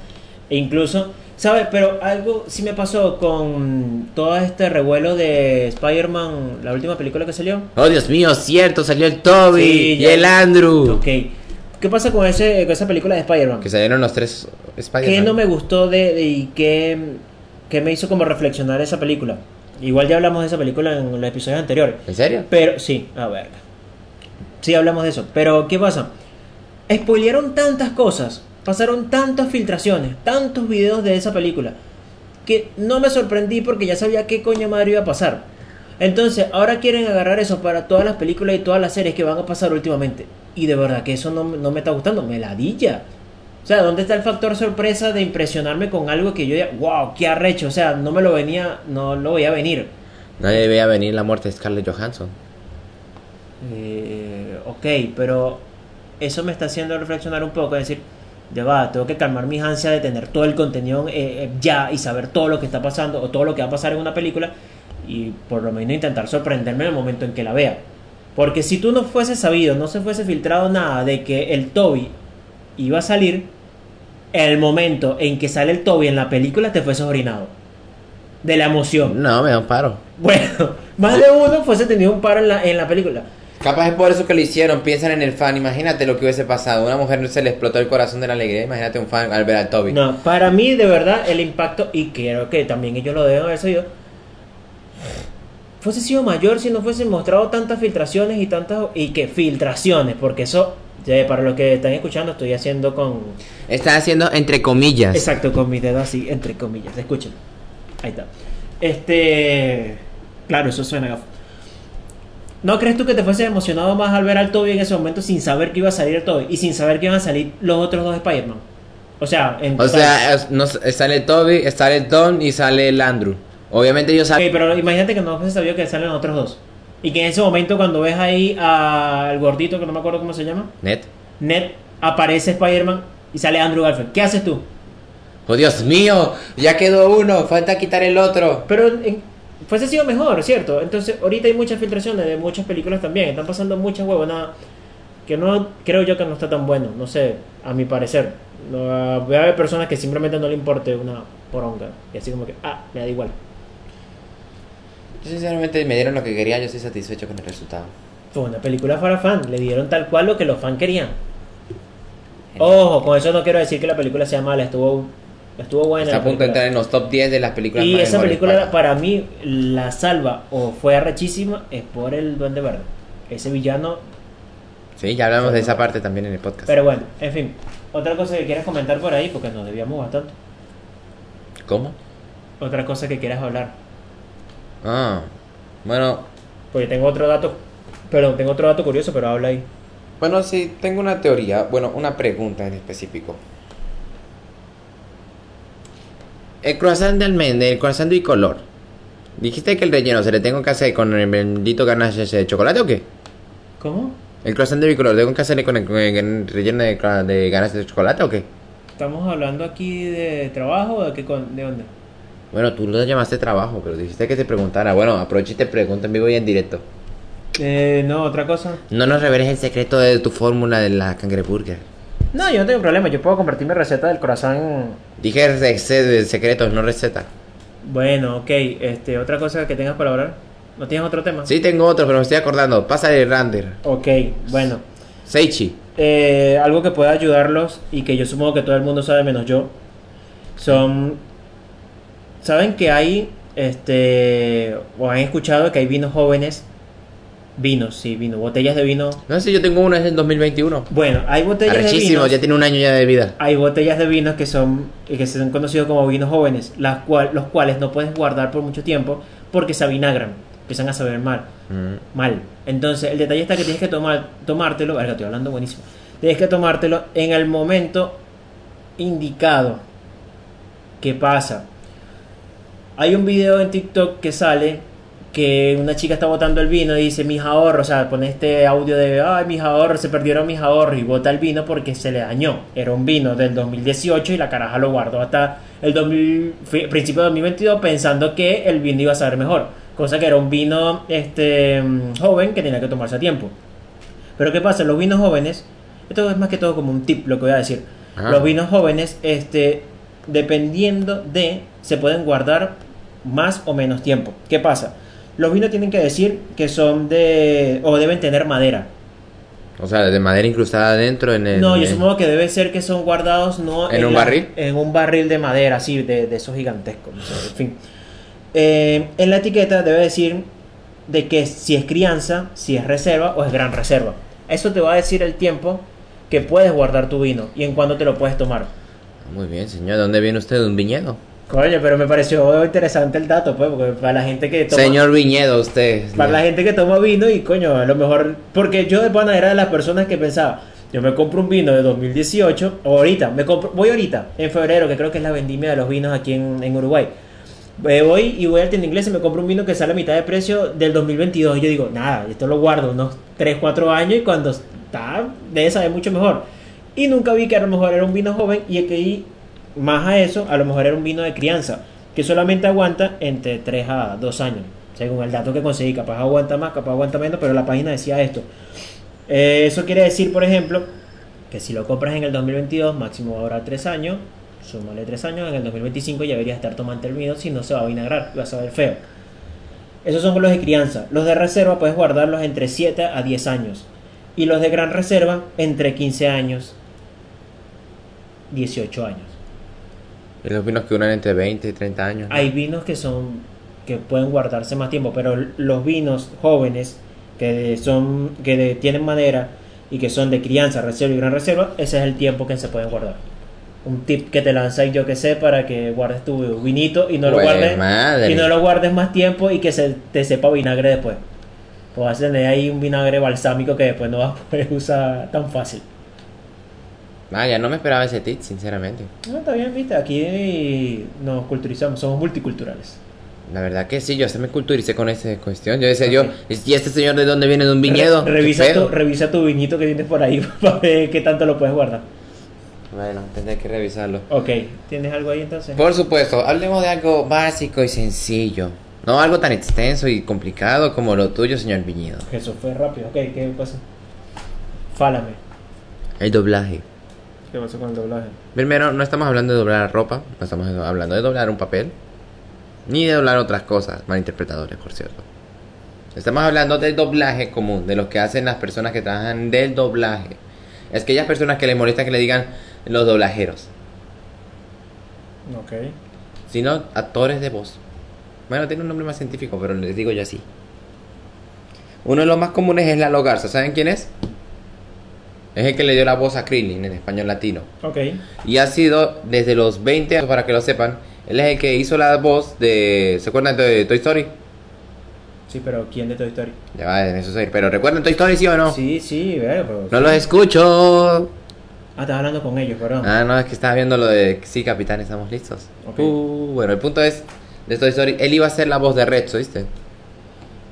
E: E incluso, ¿sabes? Pero algo sí me pasó con todo este revuelo de Spider-Man, la última película que salió.
F: Oh, Dios mío, cierto, salió el Toby
E: Sí,
F: y
E: ya-
F: el Andrew.
E: Ok. ¿Qué pasa con, ese, con esa película de Spider-Man?
F: Que salieron los tres Spider-Man.
E: ¿Qué no me gustó de, de- y qué, qué me hizo como reflexionar esa película? Igual ya hablamos de esa película en los episodios anteriores.
F: ¿En serio?
E: Pero sí, a ver. sí hablamos de eso. Pero, ¿qué pasa? Spoilearon tantas cosas, pasaron tantas filtraciones, tantos videos de esa película, que no me sorprendí porque ya sabía qué coño madre iba a pasar. Entonces, ahora quieren agarrar eso para todas las películas y todas las series que van a pasar últimamente. Y de verdad que eso no, no me está gustando, me ladilla. O sea, ¿dónde está el factor sorpresa de impresionarme con algo que yo diga, wow, qué arrecho? O sea, no me lo venía, no lo veía venir.
F: Nadie veía venir la muerte de Scarlett Johansson.
E: Eh, ok, pero eso me está haciendo reflexionar un poco, es decir, ya va, tengo que calmar mis ansias de tener todo el contenido eh, eh, ya y saber todo lo que está pasando o todo lo que va a pasar en una película y por lo menos intentar sorprenderme en el momento en que la vea. Porque si tú no fuese sabido, no se fuese filtrado nada de que el Toby iba a salir, el momento en que sale el Toby en la película te fuese orinado. De la emoción.
F: No, me da un paro.
E: Bueno, más de uno fuese tenido un paro en la, en la película.
F: Capaz es por eso que lo hicieron, piensan en el fan, imagínate lo que hubiese pasado, una mujer se le explotó el corazón de la alegría, imagínate un fan al ver al Toby.
E: No, para mí de verdad el impacto, y creo que también ellos lo deben haber sabido, fuese sido mayor si no fuesen mostrado tantas filtraciones y tantas... Y que filtraciones, porque eso, ya, para los que están escuchando, estoy haciendo con...
F: Están haciendo entre comillas.
E: Exacto, con mis dedos así, entre comillas, escuchen. Ahí está. Este... Claro, eso suena gafo. ¿No crees tú que te fuese emocionado más al ver al Toby en ese momento sin saber que iba a salir el Toby y sin saber que iban a salir los otros dos Spider-Man? O sea, en
F: O
E: total-
F: sea, es- no, sale Toby, sale el Don y sale el Andrew. Obviamente ellos
E: Ok,
F: saben...
E: pero imagínate que no se sabía que salen los otros dos. Y que en ese momento cuando ves ahí al gordito, que no me acuerdo cómo se llama,
F: Net.
E: Ned, aparece Spider-Man y sale Andrew Garfield. ¿Qué haces tú?
F: Oh Dios mío, ya quedó uno, falta quitar el otro.
E: Pero en- fuese sido mejor, ¿cierto? Entonces, ahorita hay muchas filtraciones de muchas películas también. Están pasando muchas huevonadas que no creo yo que no está tan bueno. No sé, a mi parecer. No, voy a haber personas que simplemente no le importe una poronga. Y así como que, ah, me da igual.
F: Yo sinceramente me dieron lo que quería, yo estoy satisfecho con el resultado.
E: Fue una película para fan. Le dieron tal cual lo que los fans querían. Ojo, con eso no quiero decir que la película sea mala. Estuvo, estuvo buena.
F: Está
E: la
F: a punto de
E: película.
F: entrar en los top 10 de las películas
E: Y
F: más
E: esa
F: mejores
E: película para mí la salva o fue arrechísima es por el Duende Verde. Ese villano.
F: Sí, ya hablamos de esa parte también en el podcast.
E: Pero bueno, en fin. Otra cosa que quieras comentar por ahí, porque nos debíamos bastante.
F: ¿Cómo?
E: Otra cosa que quieras hablar.
F: Ah, bueno,
E: Porque tengo otro dato. Perdón, tengo otro dato curioso, pero habla ahí.
F: bueno, sí, tengo una teoría, bueno, una pregunta en específico. El croissant de almendra, el croissant de color. Dijiste que el relleno se le tengo que hacer con el bendito ganache ese de chocolate o qué?
E: ¿Cómo?
F: El croissant de bicolor, ¿tengo que hacerle con el, con el relleno de, cra- de ganache de chocolate o qué?
E: ¿Estamos hablando aquí de trabajo o de, qué con- de dónde?
F: Bueno, tú lo llamaste trabajo, pero dijiste que te preguntara. Bueno, aprovecha y te pregunto en vivo y en directo.
E: Eh, no, otra cosa.
F: No nos reveles el secreto de tu fórmula de la cangreburger.
E: No, yo no tengo problema. Yo puedo convertir mi receta del corazón en...
F: Dije rece- secretos, no receta.
E: Bueno, ok. Este, otra cosa que tengas para hablar. ¿No tienes otro tema?
F: Sí, tengo otro, pero me estoy acordando. Pasa el Rander.
E: Ok, bueno.
F: Seichi.
E: Eh, algo que pueda ayudarlos y que yo supongo que todo el mundo sabe menos yo son saben que hay este o han escuchado que hay vinos jóvenes vinos sí vino botellas de vino
F: No sé, yo tengo uno, es del 2021.
E: bueno hay botellas
F: Arrechísimo,
E: de
F: ya
E: vinos
F: tiene un año ya de vida.
E: hay botellas de vinos que son que se han conocido como vinos jóvenes las cual los cuales no puedes guardar por mucho tiempo porque se avinagran empiezan a saber mal
F: Mm.
E: mal. Entonces, el detalle está que tienes que tomar, tomártelo, verga, estoy hablando buenísimo. Tienes que tomártelo en el momento indicado. ¿Qué pasa? Hay un video en TikTok que sale que una chica está botando el vino y dice mis ahorros, o sea, pone este audio de ay, mis ahorros, se perdieron mis ahorros y bota el vino porque se le dañó. Era un vino del 2018 y la caraja lo guardó hasta el 2000, fi- principio de 2022 pensando que el vino iba a saber mejor, cosa que era un vino este mm, joven que tenía que tomarse a tiempo. Pero ¿qué pasa? Los vinos jóvenes, esto es más que todo como un tip lo que voy a decir.
F: Ajá.
E: Los vinos jóvenes, este, dependiendo de, se pueden guardar más o menos tiempo. ¿Qué pasa? Los vinos tienen que decir que son de, o deben tener madera.
F: O sea, de madera incrustada adentro en el...
E: No, yo supongo que debe ser que son guardados no
F: ¿En un barril?
E: en un barril de madera, así de, de esos gigantescos. no sé, en fin, Eh, en la etiqueta debe decir de que si es crianza, si es reserva o es gran reserva. Eso te va a decir el tiempo que puedes guardar tu vino y en cuándo te lo puedes tomar.
F: Muy bien, señor. ¿De ¿Dónde viene usted? ¿De un viñedo?
E: Coño, pero me pareció interesante el dato, pues, porque para la gente que toma...
F: Señor viñedo, usted.
E: Para la gente que toma vino y coño, a lo mejor. Porque yo de pana era de las personas que pensaba, yo me compro un vino de 2018, o ahorita, me compro, voy ahorita, en febrero, que creo que es la vendimia de los vinos aquí en, en Uruguay. Eh, voy y voy al tienda inglés y me compro un vino que sale a mitad de precio del 2022. Y yo digo, nada, esto lo guardo unos 3, 4 años y cuando está, debe saber mucho mejor. Y nunca vi que a lo mejor era un vino joven y que ahí, más a eso, a lo mejor era un vino de crianza, que solamente aguanta entre 3 a 2 años, según el dato que conseguí. Capaz aguanta más, capaz aguanta menos, pero la página decía esto. Eh, eso quiere decir, por ejemplo, que si lo compras en el 2022, máximo ahora 3 años, súmale 3 años, en el 2025 ya deberías estar tomando el vino, si no se va a vinagrar, vas a ver feo. Esos son los de crianza. Los de reserva puedes guardarlos entre 7 a 10 años. Y los de gran reserva entre 15 años, 18 años.
F: Y los vinos que duran entre 20 y 30 años. ¿no?
E: Hay vinos que son que pueden guardarse más tiempo, pero los vinos jóvenes que son que de- tienen madera y que son de crianza, reserva y gran reserva, ese es el tiempo que se pueden guardar. Un tip que te lanzáis yo que sé para que guardes tu vinito y no lo
F: Pues,
E: guardes
F: madre.
E: y no lo guardes más tiempo y que se te sepa vinagre después. Pues vas a tener ahí un vinagre balsámico que después no vas a poder usar tan fácil.
F: Vaya, no me esperaba ese tip, sinceramente.
E: No, está bien, viste, aquí nos culturizamos, somos multiculturales.
F: La verdad que sí, yo se me culturicé con esa cuestión. Yo decía, yo, ¿y este señor de dónde viene? ¿De un viñedo?
E: Re-
F: ¿Qué
E: revisa,
F: pedo?
E: tu, revisa tu vinito que tienes por ahí para ver qué tanto lo puedes guardar.
F: Bueno, tendré que revisarlo.
E: Ok, ¿tienes algo ahí entonces?
F: Por supuesto, hablemos de algo básico y sencillo. No algo tan extenso y complicado como lo tuyo, señor viñedo.
E: Eso fue rápido. Ok, ¿qué pasa? Fálame.
F: El doblaje.
E: ¿Qué pasó con el doblaje?
F: Primero, no estamos hablando de doblar ropa, no estamos hablando de doblar un papel, ni de doblar otras cosas, malinterpretadores, por cierto. Estamos hablando del doblaje común, de lo que hacen las personas que trabajan del doblaje. Es aquellas personas que les molesta que le digan los doblajeros,
E: Ok.
F: sino actores de voz. Bueno, tiene un nombre más científico, pero les digo yo así. Uno de los más comunes es Lalo Garza, ¿saben quién es? Es el que le dio la voz a Krillin en español latino.
E: Ok.
F: Y ha sido desde los 20 años, para que lo sepan. Él es el que hizo la voz de. ¿Se acuerdan de Toy Story?
E: Sí, pero ¿quién de Toy Story?
F: Ya va, en eso soy. Pero ¿recuerdan Toy Story, sí o no?
E: Sí, sí, veo, pero...
F: No los escucho.
E: Ah, estás hablando con ellos, perdón.
F: Ah, no, es que estaba viendo lo de. Sí, capitán, estamos listos.
E: Ok.
F: Uh, bueno, el punto es. De Toy Story, él iba a ser la voz de Rex, ¿viste?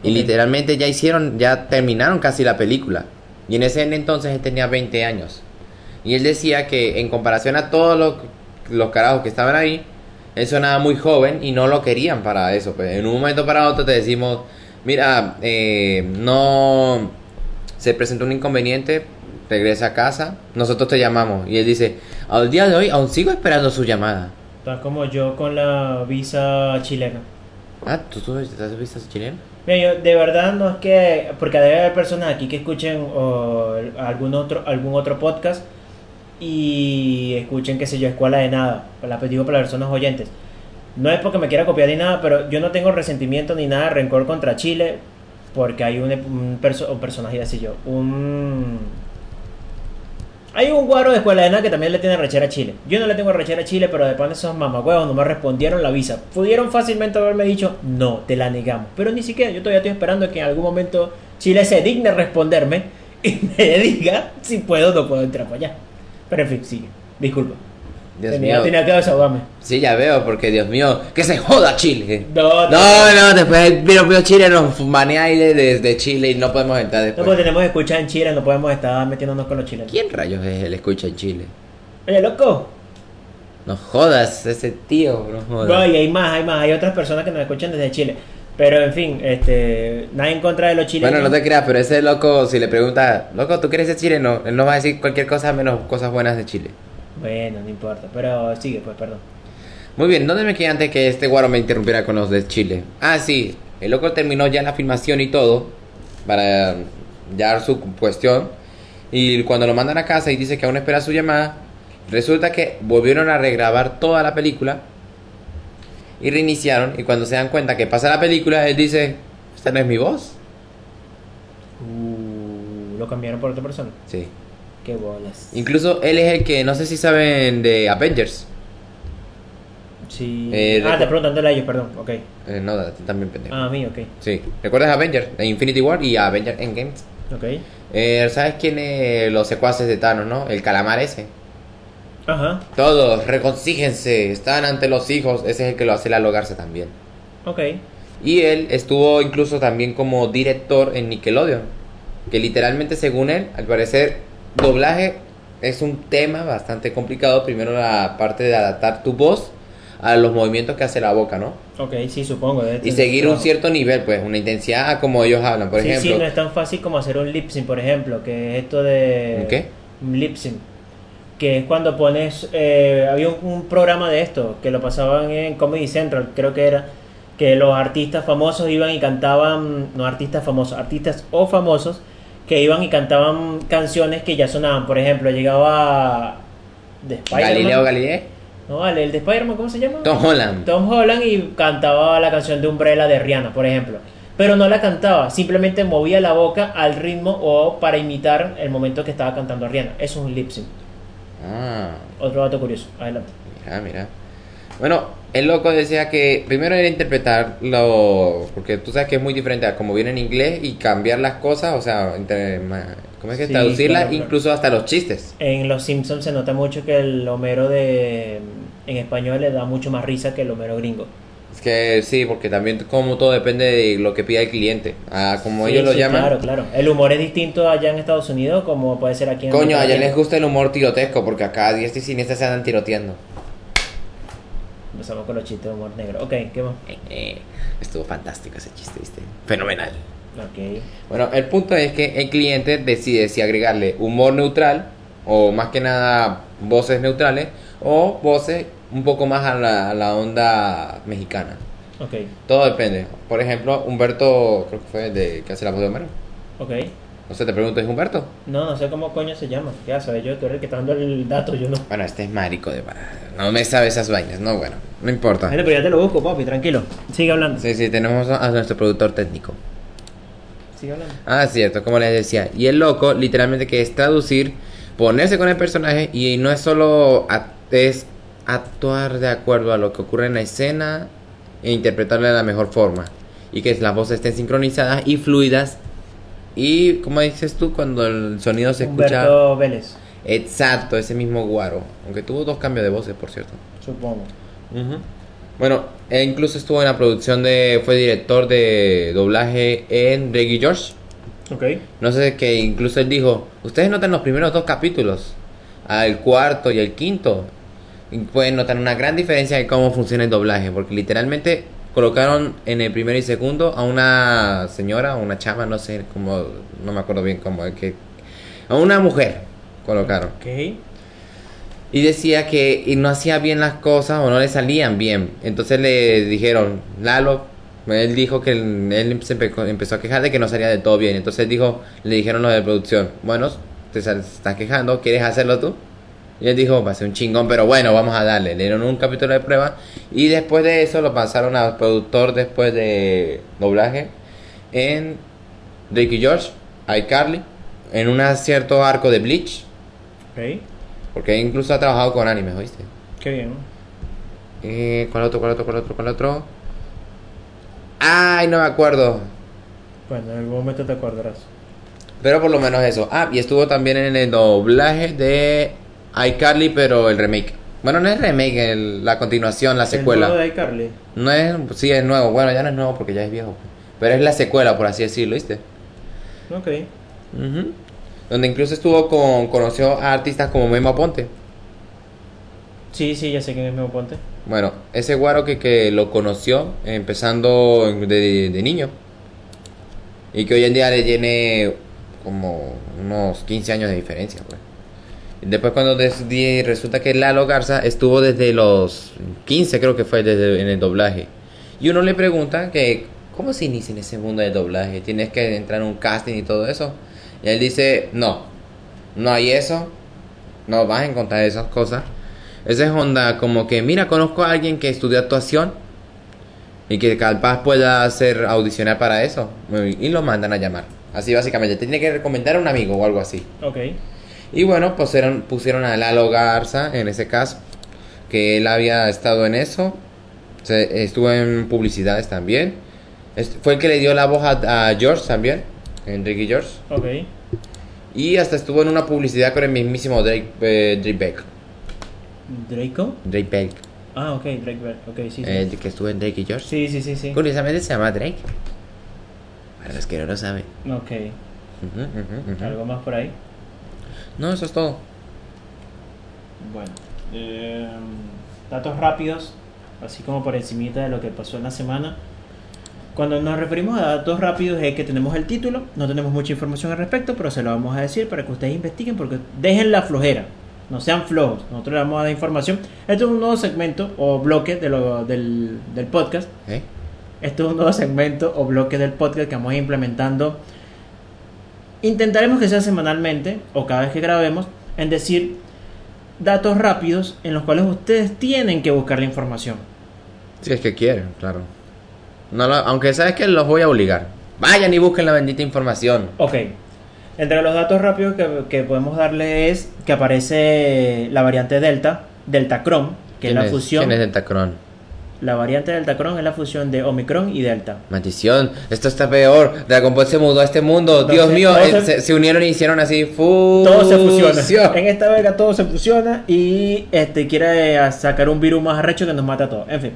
F: Y
E: Ok.
F: literalmente ya hicieron, ya terminaron casi la película. Y en ese entonces él tenía 20 años. Y él decía que en comparación a todos los, los carajos que estaban ahí, él sonaba muy joven y no lo querían para eso. Pues en un momento para otro te decimos, mira, eh, no se presentó un inconveniente, regresa a casa, nosotros te llamamos. Y él dice, al día de hoy aún sigo esperando su llamada.
E: Estás como yo con la visa chilena.
F: Ah, ¿tú, tú estás visto chileno?
E: Mira, yo de verdad no es que... Porque debe haber personas aquí que escuchen o, algún, otro, algún otro podcast y escuchen, qué sé yo, Escuela de Nada. La pues, digo para las personas oyentes. No es porque me quiera copiar ni nada, pero yo no tengo resentimiento ni nada, rencor contra Chile, porque hay un, un, perso- un personaje así yo, un... Hay un guaro de escuela de nada que también le tiene rechera a Chile. Yo no le tengo rechera a Chile, pero de pan esos mamagüeos no me respondieron la visa. Pudieron fácilmente haberme dicho, no, te la negamos. Pero ni siquiera, yo todavía estoy esperando que en algún momento Chile se digne responderme y me diga si puedo o no puedo entrar para allá. Pero en fin, sigue. Disculpa.
F: Dios
E: tenía,
F: mío.
E: tenía que desahogarme.
F: Sí, ya veo, porque Dios mío, que se joda Chile.
E: No,
F: no, no, después vino vino Chile, nos manea ahí desde Chile y no podemos entrar
E: No,
F: después.
E: porque tenemos escucha en Chile, no podemos estar metiéndonos con los chilenos.
F: ¿Quién rayos es el escucha en Chile?
E: Oye, loco.
F: No jodas, ese tío, no jodas.
E: No, y hay más, hay más, hay otras personas que nos escuchan desde Chile. Pero en fin, este, nada en contra de los chilenos.
F: Bueno, no te creas, pero ese loco, si le pregunta, loco, ¿tú quieres ser chileno? Él no va a decir cualquier cosa menos cosas buenas de Chile.
E: Bueno, no importa, pero sigue, pues, perdón.
F: Muy bien, ¿dónde me quedé antes que este guaro me interrumpiera con los de Chile? Ah, sí, el loco terminó ya la filmación y todo para ya dar su cuestión. Y cuando lo mandan a casa y dice que aún espera su llamada, resulta que volvieron a regrabar toda la película y reiniciaron. Y cuando se dan cuenta que pasa la película, él dice: Esta no es mi voz.
E: Uh, lo cambiaron por otra persona.
F: Sí.
E: Qué bolas.
F: Incluso él es el que, no sé si saben de Avengers.
E: Sí.
F: Eh,
E: ah,
F: recu-
E: te preguntan a ellos, perdón. Ok.
F: Eh, no, a ti también pendejo.
E: Ah, a mí, ok.
F: Sí. ¿Recuerdas Avengers? De Infinity War y Avengers Endgame.
E: Ok.
F: Eh, ¿Sabes quién es los secuaces de Thanos, no? El calamar ese.
E: Ajá.
F: Todos, reconcíjense, están ante los hijos. Ese es el que lo hace la logarse también.
E: Ok.
F: Y él estuvo incluso también como director en Nickelodeon. Que literalmente, según él, al parecer, doblaje es un tema bastante complicado. Primero la parte de adaptar tu voz a los movimientos que hace la boca, ¿no?
E: Ok, sí, supongo. debe
F: Y
E: tener
F: seguir un
E: trabajo.
F: cierto nivel, pues, una intensidad a como ellos hablan. Por
E: sí,
F: ejemplo,
E: sí, no es tan fácil como hacer un lip sync, por ejemplo, que es esto de.
F: ¿Un qué?
E: Un lip sync. Que es cuando pones. eh, había un, un programa de esto que lo pasaban en Comedy Central, creo que era. Que los artistas famosos iban y cantaban. No artistas famosos, artistas o famosos. Que iban y cantaban canciones que ya sonaban. Por ejemplo, llegaba. De Spider-Man.
F: Galileo Galilei,
E: No, vale, el de Spider-Man, ¿cómo se llama?
F: Tom Holland.
E: Tom Holland y cantaba la canción de Umbrella de Rihanna, por ejemplo. Pero no la cantaba, simplemente movía la boca al ritmo o para imitar el momento que estaba cantando Rihanna. Eso es un lip sync.
F: Ah.
E: Otro dato curioso. Adelante.
F: Mira, Ah, mira. Bueno, el loco decía que primero era interpretar lo... Porque tú sabes que es muy diferente a como viene en inglés y cambiar las cosas, o sea, entre... ma- ¿Cómo es que
E: Sí,
F: traducirlas?
E: claro, claro.
F: Incluso hasta los chistes.
E: En Los Simpsons se nota mucho que el Homero de en español le da mucho más risa que el Homero gringo.
F: Es que sí, porque también como todo depende de lo que pida el cliente. Ah, como
E: Sí,
F: ellos lo
E: sí,
F: llaman.
E: Claro, claro. El humor es distinto allá en Estados Unidos como puede ser aquí en
F: Coño,
E: América
F: allá les
E: Latina.
F: gusta el humor tirotesco porque acá a diestra y siniestra se andan tiroteando.
E: Empezamos con los chistes de humor negro. Ok, ¿qué más?
F: Eh, eh, Estuvo fantástico ese chiste, ¿viste? Fenomenal.
E: Ok.
F: Bueno, el punto es que el cliente decide si agregarle humor neutral o más que nada voces neutrales o voces un poco más a la, a la onda mexicana.
E: Ok.
F: Todo depende. Por ejemplo, Humberto, creo que fue el de que hace la voz de Homero.
E: Ok.
F: No sé, te pregunto, ¿es Humberto?
E: No, no sé cómo coño se llama. Ya sabes, yo tú eres el que está dando el dato, yo no.
F: Bueno, este es marico de No me sabe esas vainas, no, bueno, no importa.
E: Bueno, pero ya te lo busco, papi, tranquilo. Sigue hablando.
F: Sí, sí, tenemos a nuestro productor técnico.
E: Sigue hablando.
F: Ah, cierto, como les decía. Y el loco, literalmente, que es traducir, ponerse con el personaje y no es solo a- es actuar de acuerdo a lo que ocurre en la escena e interpretarla de la mejor forma. Y que las voces estén sincronizadas y fluidas. Y, como dices tú, cuando el sonido se escucha.
E: Humberto Vélez,
F: Exacto, ese mismo guaro. Aunque tuvo dos cambios de voces, por cierto.
E: supongo.
F: Bueno, él incluso estuvo en la producción de. Fue director de doblaje en Reggie George.
E: Ok.
F: No sé, que incluso él dijo, ustedes notan los primeros dos capítulos, al cuarto y al quinto, y pueden notar una gran diferencia de cómo funciona el doblaje, porque literalmente colocaron en el primero y segundo a una señora, a una chama, no sé, como, no me acuerdo bien cómo, es que, a una mujer colocaron.
E: Ok.
F: Y decía que y no hacía bien las cosas o no le salían bien. Entonces le dijeron, Lalo, él dijo que él, él se empe- empezó a quejar de que no salía del todo bien. Entonces dijo, le dijeron los de producción, bueno, te sal- estás quejando, ¿quieres hacerlo tú? Y él dijo, va a ser un chingón, pero bueno, vamos a darle. Le dieron un capítulo de prueba y después de eso lo pasaron al productor después de doblaje en Ricky George, iCarly, en un cierto arco de Bleach.
E: Ok.
F: Porque incluso ha trabajado con animes, ¿oíste?
E: Qué bien.
F: Eh, ¿Cuál otro, cuál otro, cuál otro, cuál otro? Ay, no me acuerdo.
E: Bueno, en algún momento te acordarás.
F: Pero por lo menos eso. Ah, y estuvo también en el doblaje de iCarly, pero el remake. Bueno, no es remake, el- la continuación, la
E: El nuevo
F: secuela.
E: de iCarly.
F: No es, sí, es nuevo. Bueno, ya no es nuevo porque ya es viejo. pues. Pero es la secuela, por así decirlo, ¿viste?
E: Ok.
F: Ujú. Donde incluso estuvo con, conoció a artistas como Memo Ponte.
E: Sí, sí, ya sé quién es Memo Ponte.
F: Bueno, ese guaro que, que lo conoció empezando de, de niño y que hoy en día le tiene como unos 15 años de diferencia, pues. Y Después cuando decidí, resulta que Lalo Garza estuvo desde los 15 creo que fue desde, en el doblaje. Y uno le pregunta que cómo se inicia en ese mundo del doblaje, tienes que entrar a un casting y todo eso. Y él dice, no, no hay eso, no vas a encontrar esas cosas. Esa es onda como que, mira, conozco a alguien que estudió actuación Y que Calpaz pueda hacer audicionar para eso. Y lo mandan a llamar. Así básicamente. Te tiene que recomendar a un amigo o algo así.
E: Ok.
F: Y bueno, pusieron, pusieron a Lalo Garza en ese caso. Que él había estado en eso. Se- estuvo en publicidades también. Es- fue el que le dio la voz a, a George también. Enrique George.
E: Ok.
F: Y hasta estuvo en una publicidad con el mismísimo Drake, eh, Drake Beck.
E: ¿Draco?
F: Drake Beck.
E: Ah, ok, Drake Bell. Ok, sí, sí.
F: El que estuvo en Drake y George.
E: sí, sí, sí, sí.
F: Curiosamente se llama Drake. Para los que no lo saben.
E: Ok.
F: Ujú, ujú, ujú.
E: ¿Algo más por ahí?
F: No, eso es todo.
E: Bueno, eh, datos rápidos, así como por encimita de lo que pasó en la semana. Cuando nos referimos a datos rápidos es que tenemos el título, no tenemos mucha información al respecto, pero se lo vamos a decir para que ustedes investiguen, porque dejen la flojera, no sean flojos, nosotros les vamos a dar información. Esto es un nuevo segmento o bloque de lo- del, del podcast,
F: ¿Eh?
E: esto es un nuevo segmento o bloque del podcast que vamos a ir implementando. Intentaremos que sea semanalmente o cada vez que grabemos en decir datos rápidos en los cuales ustedes tienen que buscar la información.
F: Si es que quieren, claro. No lo- aunque sabes que los voy a obligar. Vayan y busquen la bendita información.
E: Ok. Entre los datos rápidos que, que podemos darle es que aparece la variante Delta, Delta Cron, que es
F: ¿Quién
E: la fusión.
F: ¿Quién es Deltacron?
E: La variante Delta Cron es la fusión de Omicron y Delta.
F: Maldición, esto está peor. Dragon Ball se mudó a este mundo.
E: Entonces,
F: Dios mío,
E: todo
F: eh,
E: se-
F: se, se unieron y hicieron así.
E: Todo se
F: fusión.
E: fusiona. En esta verga todo se fusiona y este quiere eh, sacar un virus más arrecho que nos mata a todos. En fin.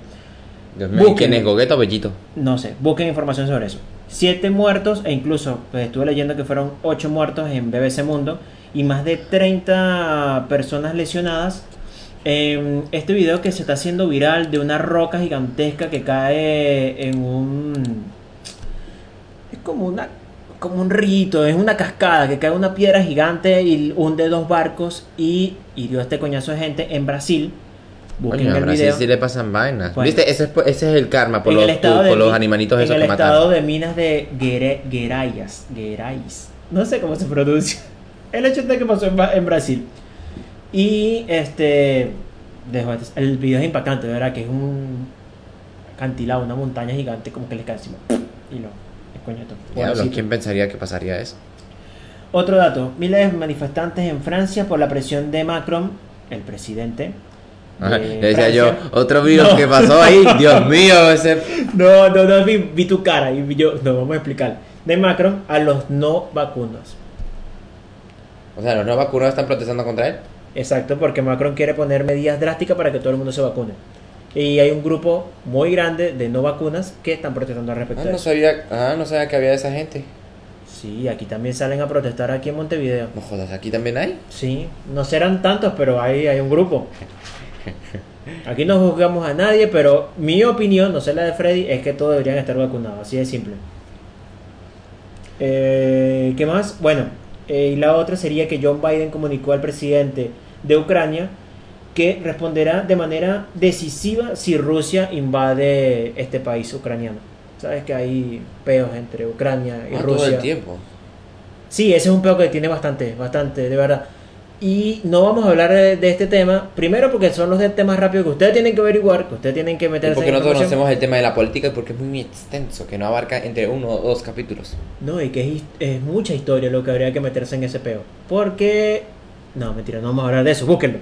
F: Dios mío, ¿y
E: Busquen.
F: ¿quién es Gogueto o Bellito?
E: No sé, busquen información sobre eso. Siete muertos, e incluso pues, estuve leyendo que fueron ocho muertos en BBC Mundo y más de 30 personas lesionadas. en este video que se está haciendo viral de una roca gigantesca que cae en un. Es como una. Como un rito, es una cascada que cae una piedra gigante y hunde dos barcos y hirió a este coñazo de gente en Brasil. Busquen
F: Coño, a
E: el
F: Brasil
E: video
F: sí le pasan vainas.
E: Bueno.
F: ¿Viste? Ese es, por- ese es el karma por,
E: en
F: los,
E: el estado
F: por
E: de
F: los
E: Mi-
F: animalitos
E: en
F: esos
E: el
F: que
E: estado
F: mataron.
E: de minas de Guere- Guerayas, Guerais. No sé cómo se pronuncia. El hecho está que pasó en, Ba- en Brasil. Y este. Dejo, este- el video es impactante, de ¿verdad? Que es un acantilado, una montaña gigante, como que les cae encima. Y lo. es coñeto.
F: Diablo,
E: Pobrecito.
F: ¿quién pensaría que pasaría eso?
E: Otro dato, miles de manifestantes en Francia por la presión de Macron, el presidente.
F: Ajá,
E: de
F: le decía yo,
E: Francia.
F: otro virus
E: No.
F: que pasó ahí. Dios mío, ese.
E: No, no, no, vi, vi tu cara y vi yo, no, vamos a explicar. De Macron a los no vacunos.
F: O sea, los no vacunados están protestando contra él.
E: Exacto, porque Macron quiere poner medidas drásticas para que todo el mundo se vacune. Y hay un grupo muy grande de no vacunas que están protestando al respecto.
F: Ah,
E: de
F: no
E: eso.
F: sabía, ah, no sabía que había esa gente.
E: Sí, aquí también salen a protestar aquí en Montevideo.
F: No jodas, aquí también hay.
E: Sí, no serán tantos, pero hay, hay un grupo. Aquí no juzgamos a nadie, pero mi opinión, no sé la de Freddy, es que todos deberían estar vacunados, así de simple. Eh, ¿Qué más? Bueno, eh, y la otra sería que John Biden comunicó al presidente de Ucrania que responderá de manera decisiva si Rusia invade este país ucraniano. Sabes que hay peos entre Ucrania y
F: Ah,
E: Rusia.
F: todo el tiempo.
E: Sí, ese es un peo que tiene bastante, bastante, de verdad. Y no vamos a hablar de, de este tema, primero porque son los de temas rápidos que ustedes tienen que averiguar, que ustedes tienen que
F: Y
E: meterse
F: porque
E: en
F: nosotros
E: información.
F: conocemos el tema de la política y porque es muy extenso, que no abarca entre uno o dos capítulos.
E: No, y que es, his- es mucha historia lo que habría que meterse en ese peo. Porque... No, mentira, no vamos a hablar de eso, búsquenlo.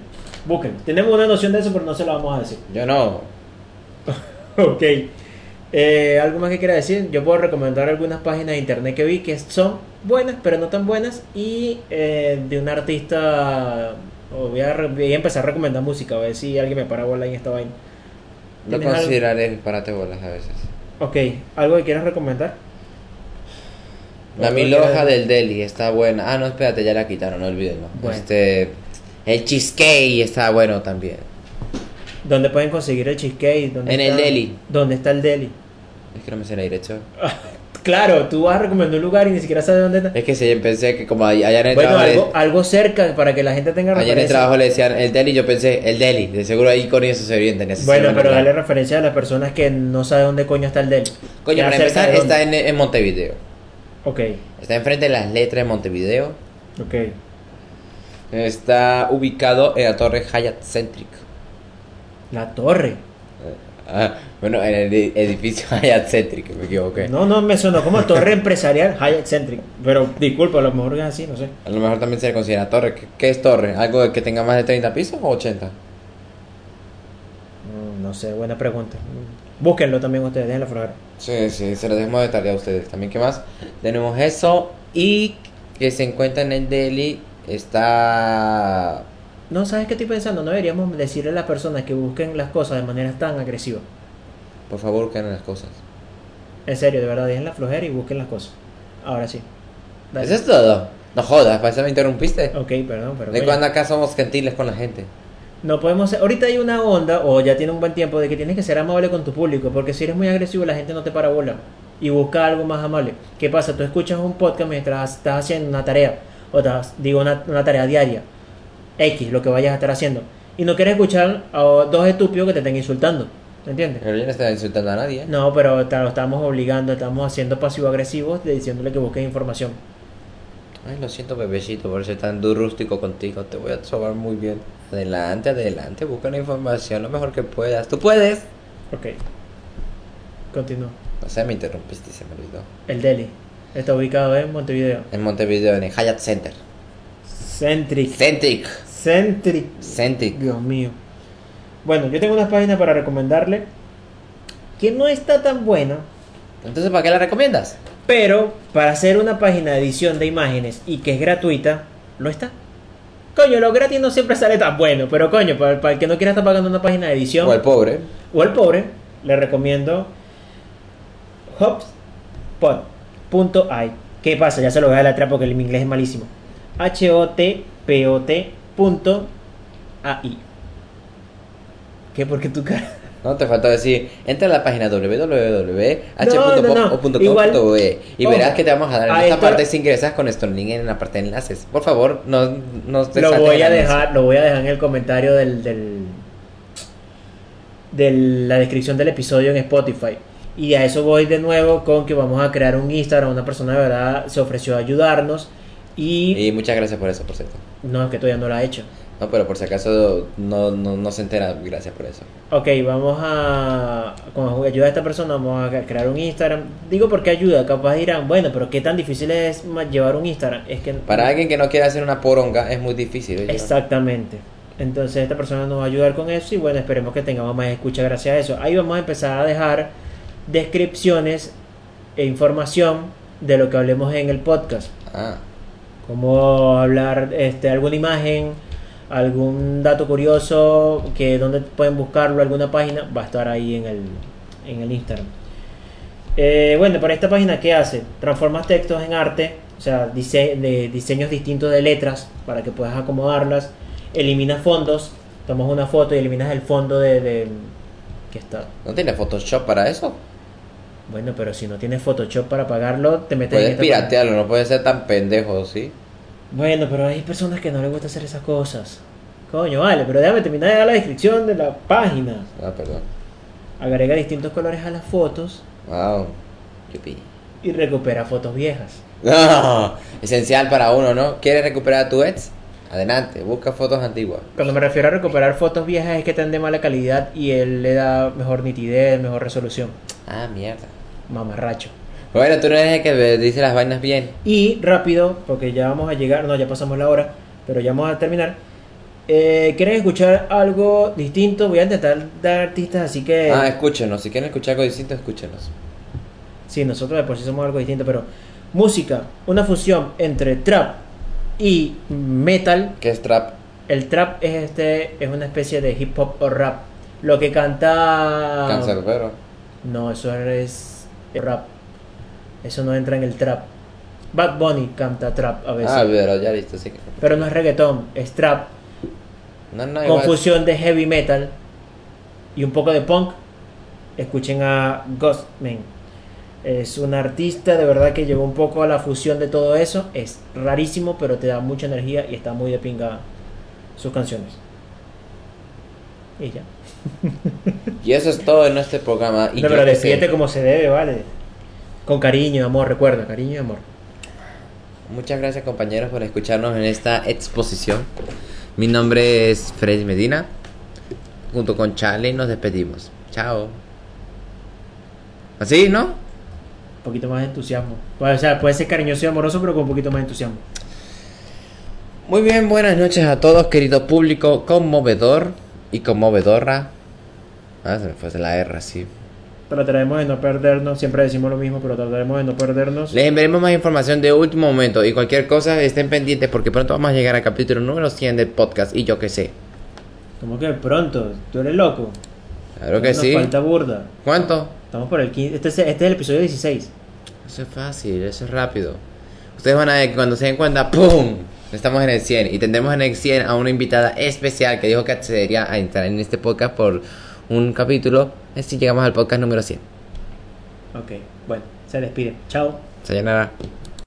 E: Búsquenlo. Tenemos una noción de eso, pero no se lo vamos a decir.
F: Yo no.
E: Ok. Eh, ¿Algo más que quiera decir? Yo puedo recomendar algunas páginas de internet que vi que son buenas, pero no tan buenas. Y eh, de un artista. o voy, a, re- voy a empezar a recomendar música, a ver si alguien me para bola en esta vaina.
F: No
E: ¿Tienes algo?
F: consideraré disparate bolas a veces.
E: Ok, ¿algo que quieras recomendar?
F: La
E: Otro
F: miloja
E: que-
F: del deli está buena. Ah, no, espérate, ya la quitaron, no olvídenlo.
E: Bueno.
F: Este. El cheesecake está bueno también.
E: ¿Dónde pueden conseguir el cheesecake? ¿Dónde
F: En el deli.
E: ¿Dónde está el deli?
F: Es que no me sé la dirección.
E: Claro, tú vas a recomendar un lugar y ni siquiera sabes dónde está.
F: Es que sí, pensé que como allá en el
E: Bueno,
F: trabajo.
E: algo, algo cerca para que la gente tenga
F: Allá en el
E: referencia.
F: trabajo le decían el deli, yo pensé, el deli, de seguro ahí con eso se orientan. y así se
E: Bueno,
F: llaman
E: pero
F: acá.
E: dale referencia a las personas que no saben dónde coño está el deli.
F: Coño,
E: Ya
F: para
E: cerca
F: empezar,
E: de dónde.
F: está en, en Montevideo.
E: Ok,
F: Está enfrente de las letras de Montevideo.
E: ok.
F: Está ubicado en la torre Hyatt Centric.
E: La torre.
F: Ah, bueno, en el edi- edificio Hyatt Centric, me equivoqué.
E: No, no, me sonó como torre empresarial high eccentric. Pero disculpa, a lo mejor es así, no sé.
F: A lo mejor también se le considera torre. ¿Qué, qué es torre? ¿Algo que tenga más de 30 pisos o 80?
E: Mm, No sé, buena pregunta. Mm. Búsquenlo también ustedes, déjenlo fuera.
F: Sí, sí, se lo dejamos de tarea a ustedes. También, ¿qué más? Tenemos eso y que se encuentra en el deli está...
E: No, ¿sabes qué estoy pensando? No deberíamos decirle a las personas que busquen las cosas de manera tan agresiva.
F: Por favor, quedan las cosas.
E: En serio, de verdad, dejen la flojera y busquen las cosas. Ahora sí. Dale.
F: Eso es todo. No jodas, para eso me interrumpiste.
E: Ok, perdón, pero...
F: De
E: coño.
F: cuando acá somos gentiles con la gente.
E: No podemos ser- Ahorita hay una onda, o ya tiene un buen tiempo, de que tienes que ser amable con tu público, porque si eres muy agresivo la gente no te para bola y busca algo más amable. ¿Qué pasa? Tú escuchas un podcast mientras estás haciendo una tarea, o estás- digo, una, una tarea diaria, X, lo que vayas a estar haciendo, y no quieres escuchar a dos estúpidos que te estén insultando, ¿entiendes?
F: Pero yo no estoy insultando a nadie. ¿eh?
E: No, pero te lo estamos obligando, estamos haciendo pasivo-agresivos de diciéndole que busques información.
F: Ay, lo siento, bebecito, por ser tan du- rústico contigo. Te voy a sobar muy bien. Adelante, adelante, busca la información lo mejor que puedas. ¡Tú puedes!
E: Ok. Continúo.
F: O sea, me interrumpiste y se me olvidó.
E: El Delhi está ubicado en Montevideo.
F: En Montevideo, en el Hyatt Center.
E: Centric.
F: Centric.
E: Centric.
F: Centric.
E: Dios mío. Bueno, yo tengo una página para recomendarle que no está tan buena,
F: Entonces, ¿para qué la recomiendas?
E: pero para hacer una página de edición de imágenes y que es gratuita, lo está. Coño, lo gratis no siempre sale tan bueno, pero coño, para, para el que no quiera estar pagando una página de edición
F: O el pobre.
E: o el pobre, le recomiendo hotspot.ai. ¿Qué pasa? Ya se lo voy a deletrear porque mi inglés es malísimo. H-O-T-P-O-T punto A-I. ¿Qué? ¿Por qué tu cara?
F: No te faltó decir, entra a la página
E: No, no, no. Igual-
F: www.h.pop.com.be e y
E: Ojo. Ah,
F: verás que te vamos a dar en
E: A
F: esta
E: esto-
F: parte si ingresas con nuestro link en la parte de enlaces. Por favor, no, no te
E: Lo
F: saltes
E: voy
F: el
E: a
F: anuncio.
E: dejar, lo voy a dejar en el comentario del, del de la descripción del episodio en Spotify. Y a eso voy de nuevo con que vamos a crear un Instagram. Una persona de verdad se ofreció a ayudarnos y,
F: Y muchas gracias por eso, por cierto.
E: no, es que todavía no lo ha hecho.
F: No, pero por si acaso no, no, no se entera, gracias por eso.
E: Ok, vamos a. Con ayuda de esta persona, vamos a crear un Instagram. Digo porque ayuda, capaz dirán, bueno, pero qué tan difícil es ma- llevar un Instagram. Es que.
F: Para alguien que no quiera hacer una poronga es muy difícil. oye.
E: Exactamente. Entonces, esta persona nos va a ayudar con eso. Y bueno, esperemos que tengamos más escucha gracias a eso. Ahí vamos a empezar a dejar descripciones e información de lo que hablemos en el podcast.
F: Ah,
E: Cómo hablar este, alguna imagen, algún dato curioso, que dónde pueden buscarlo, alguna página, va a estar ahí en el, en el Instagram. Eh, bueno, para esta página, ¿qué hace? Transformas textos en arte, o sea, dise- de diseños distintos de letras para que puedas acomodarlas. Eliminas fondos, tomas una foto y eliminas el fondo de... de que está.
F: ¿no tiene Photoshop para eso?
E: Bueno, pero si no tienes Photoshop para pagarlo, te metes en
F: Puedes
E: esta página.
F: piratearlo, no puedes ser tan pendejo, ¿sí?
E: Bueno, pero hay personas que no les gusta hacer esas cosas. Coño, vale, pero déjame terminar de dar la descripción de la página.
F: Ah, perdón.
E: Agrega distintos colores a las fotos
F: Wow, yupi.
E: y recupera fotos viejas.
F: No, esencial para uno, ¿no? ¿Quieres recuperar a tu ex? Adelante, busca fotos antiguas.
E: Cuando me refiero a recuperar fotos viejas es que están de mala calidad y él le da mejor nitidez, mejor resolución.
F: Ah, mierda.
E: Mamarracho.
F: Bueno, tú no eres el que ve- dice las vainas bien.
E: Y rápido, porque ya vamos a llegar, no, ya pasamos la hora, pero ya vamos a terminar. Eh, ¿Quieren escuchar algo distinto? Voy a intentar dar artistas, así que...
F: Ah, escúchenos. Si quieren escuchar algo distinto, escúchenos.
E: Sí, nosotros de por sí somos algo distinto, pero música, una fusión entre trap y metal.
F: ¿Qué es trap?
E: El trap es este es una especie de hip hop o rap. Lo que canta
F: Cancerbero.
E: No, eso es rap. Eso no entra en el trap. Bad Bunny canta trap a veces,
F: Ah, pero ya listo, sí. que-
E: pero no es reggaetón, es trap
F: No, no, igual.
E: confusión de heavy metal y un poco de punk, escuchen a Ghostman. Es un artista de verdad que llevó un poco a la fusión de todo eso. Es rarísimo, pero te da mucha energía y está muy de pinga sus canciones. Y ya.
F: Y eso es todo en este programa. Y
E: No,
F: yo
E: pero
F: qué sé.
E: despídete como se debe, ¿vale? Con cariño, amor, recuerda, cariño y amor.
F: Muchas gracias, compañeros, por escucharnos en esta exposición. Mi nombre es Freddy Medina. Junto con Charlie nos despedimos. Chao. Así, ¿no?
E: Un poquito más de entusiasmo. Puede- O sea, puede ser cariñoso y amoroso, pero con un poquito más de entusiasmo.
F: Muy bien, buenas noches a todos, querido público conmovedor y conmovedora. Ah, se me fue la R, sí.
E: Trataremos de no perdernos. Siempre decimos lo mismo, pero trataremos de no perdernos.
F: Les enviaremos más información de último momento y cualquier cosa estén pendientes porque pronto vamos a llegar al capítulo número 100 del podcast y yo que sé.
E: Como que pronto, tú eres loco.
F: Claro que
E: Nos
F: sí.
E: falta burda.
F: ¿Cuánto?
E: Estamos por el 15. Este es, este es el episodio 16.
F: Eso es fácil, eso es rápido. Ustedes van a ver que cuando se den cuenta, ¡pum! Estamos en el 100 y tendremos en el 100 a una invitada especial que dijo que accedería a entrar en este podcast por un capítulo. Así llegamos al podcast número 100.
E: Ok, bueno, se despide. Chao.
F: Sayonara.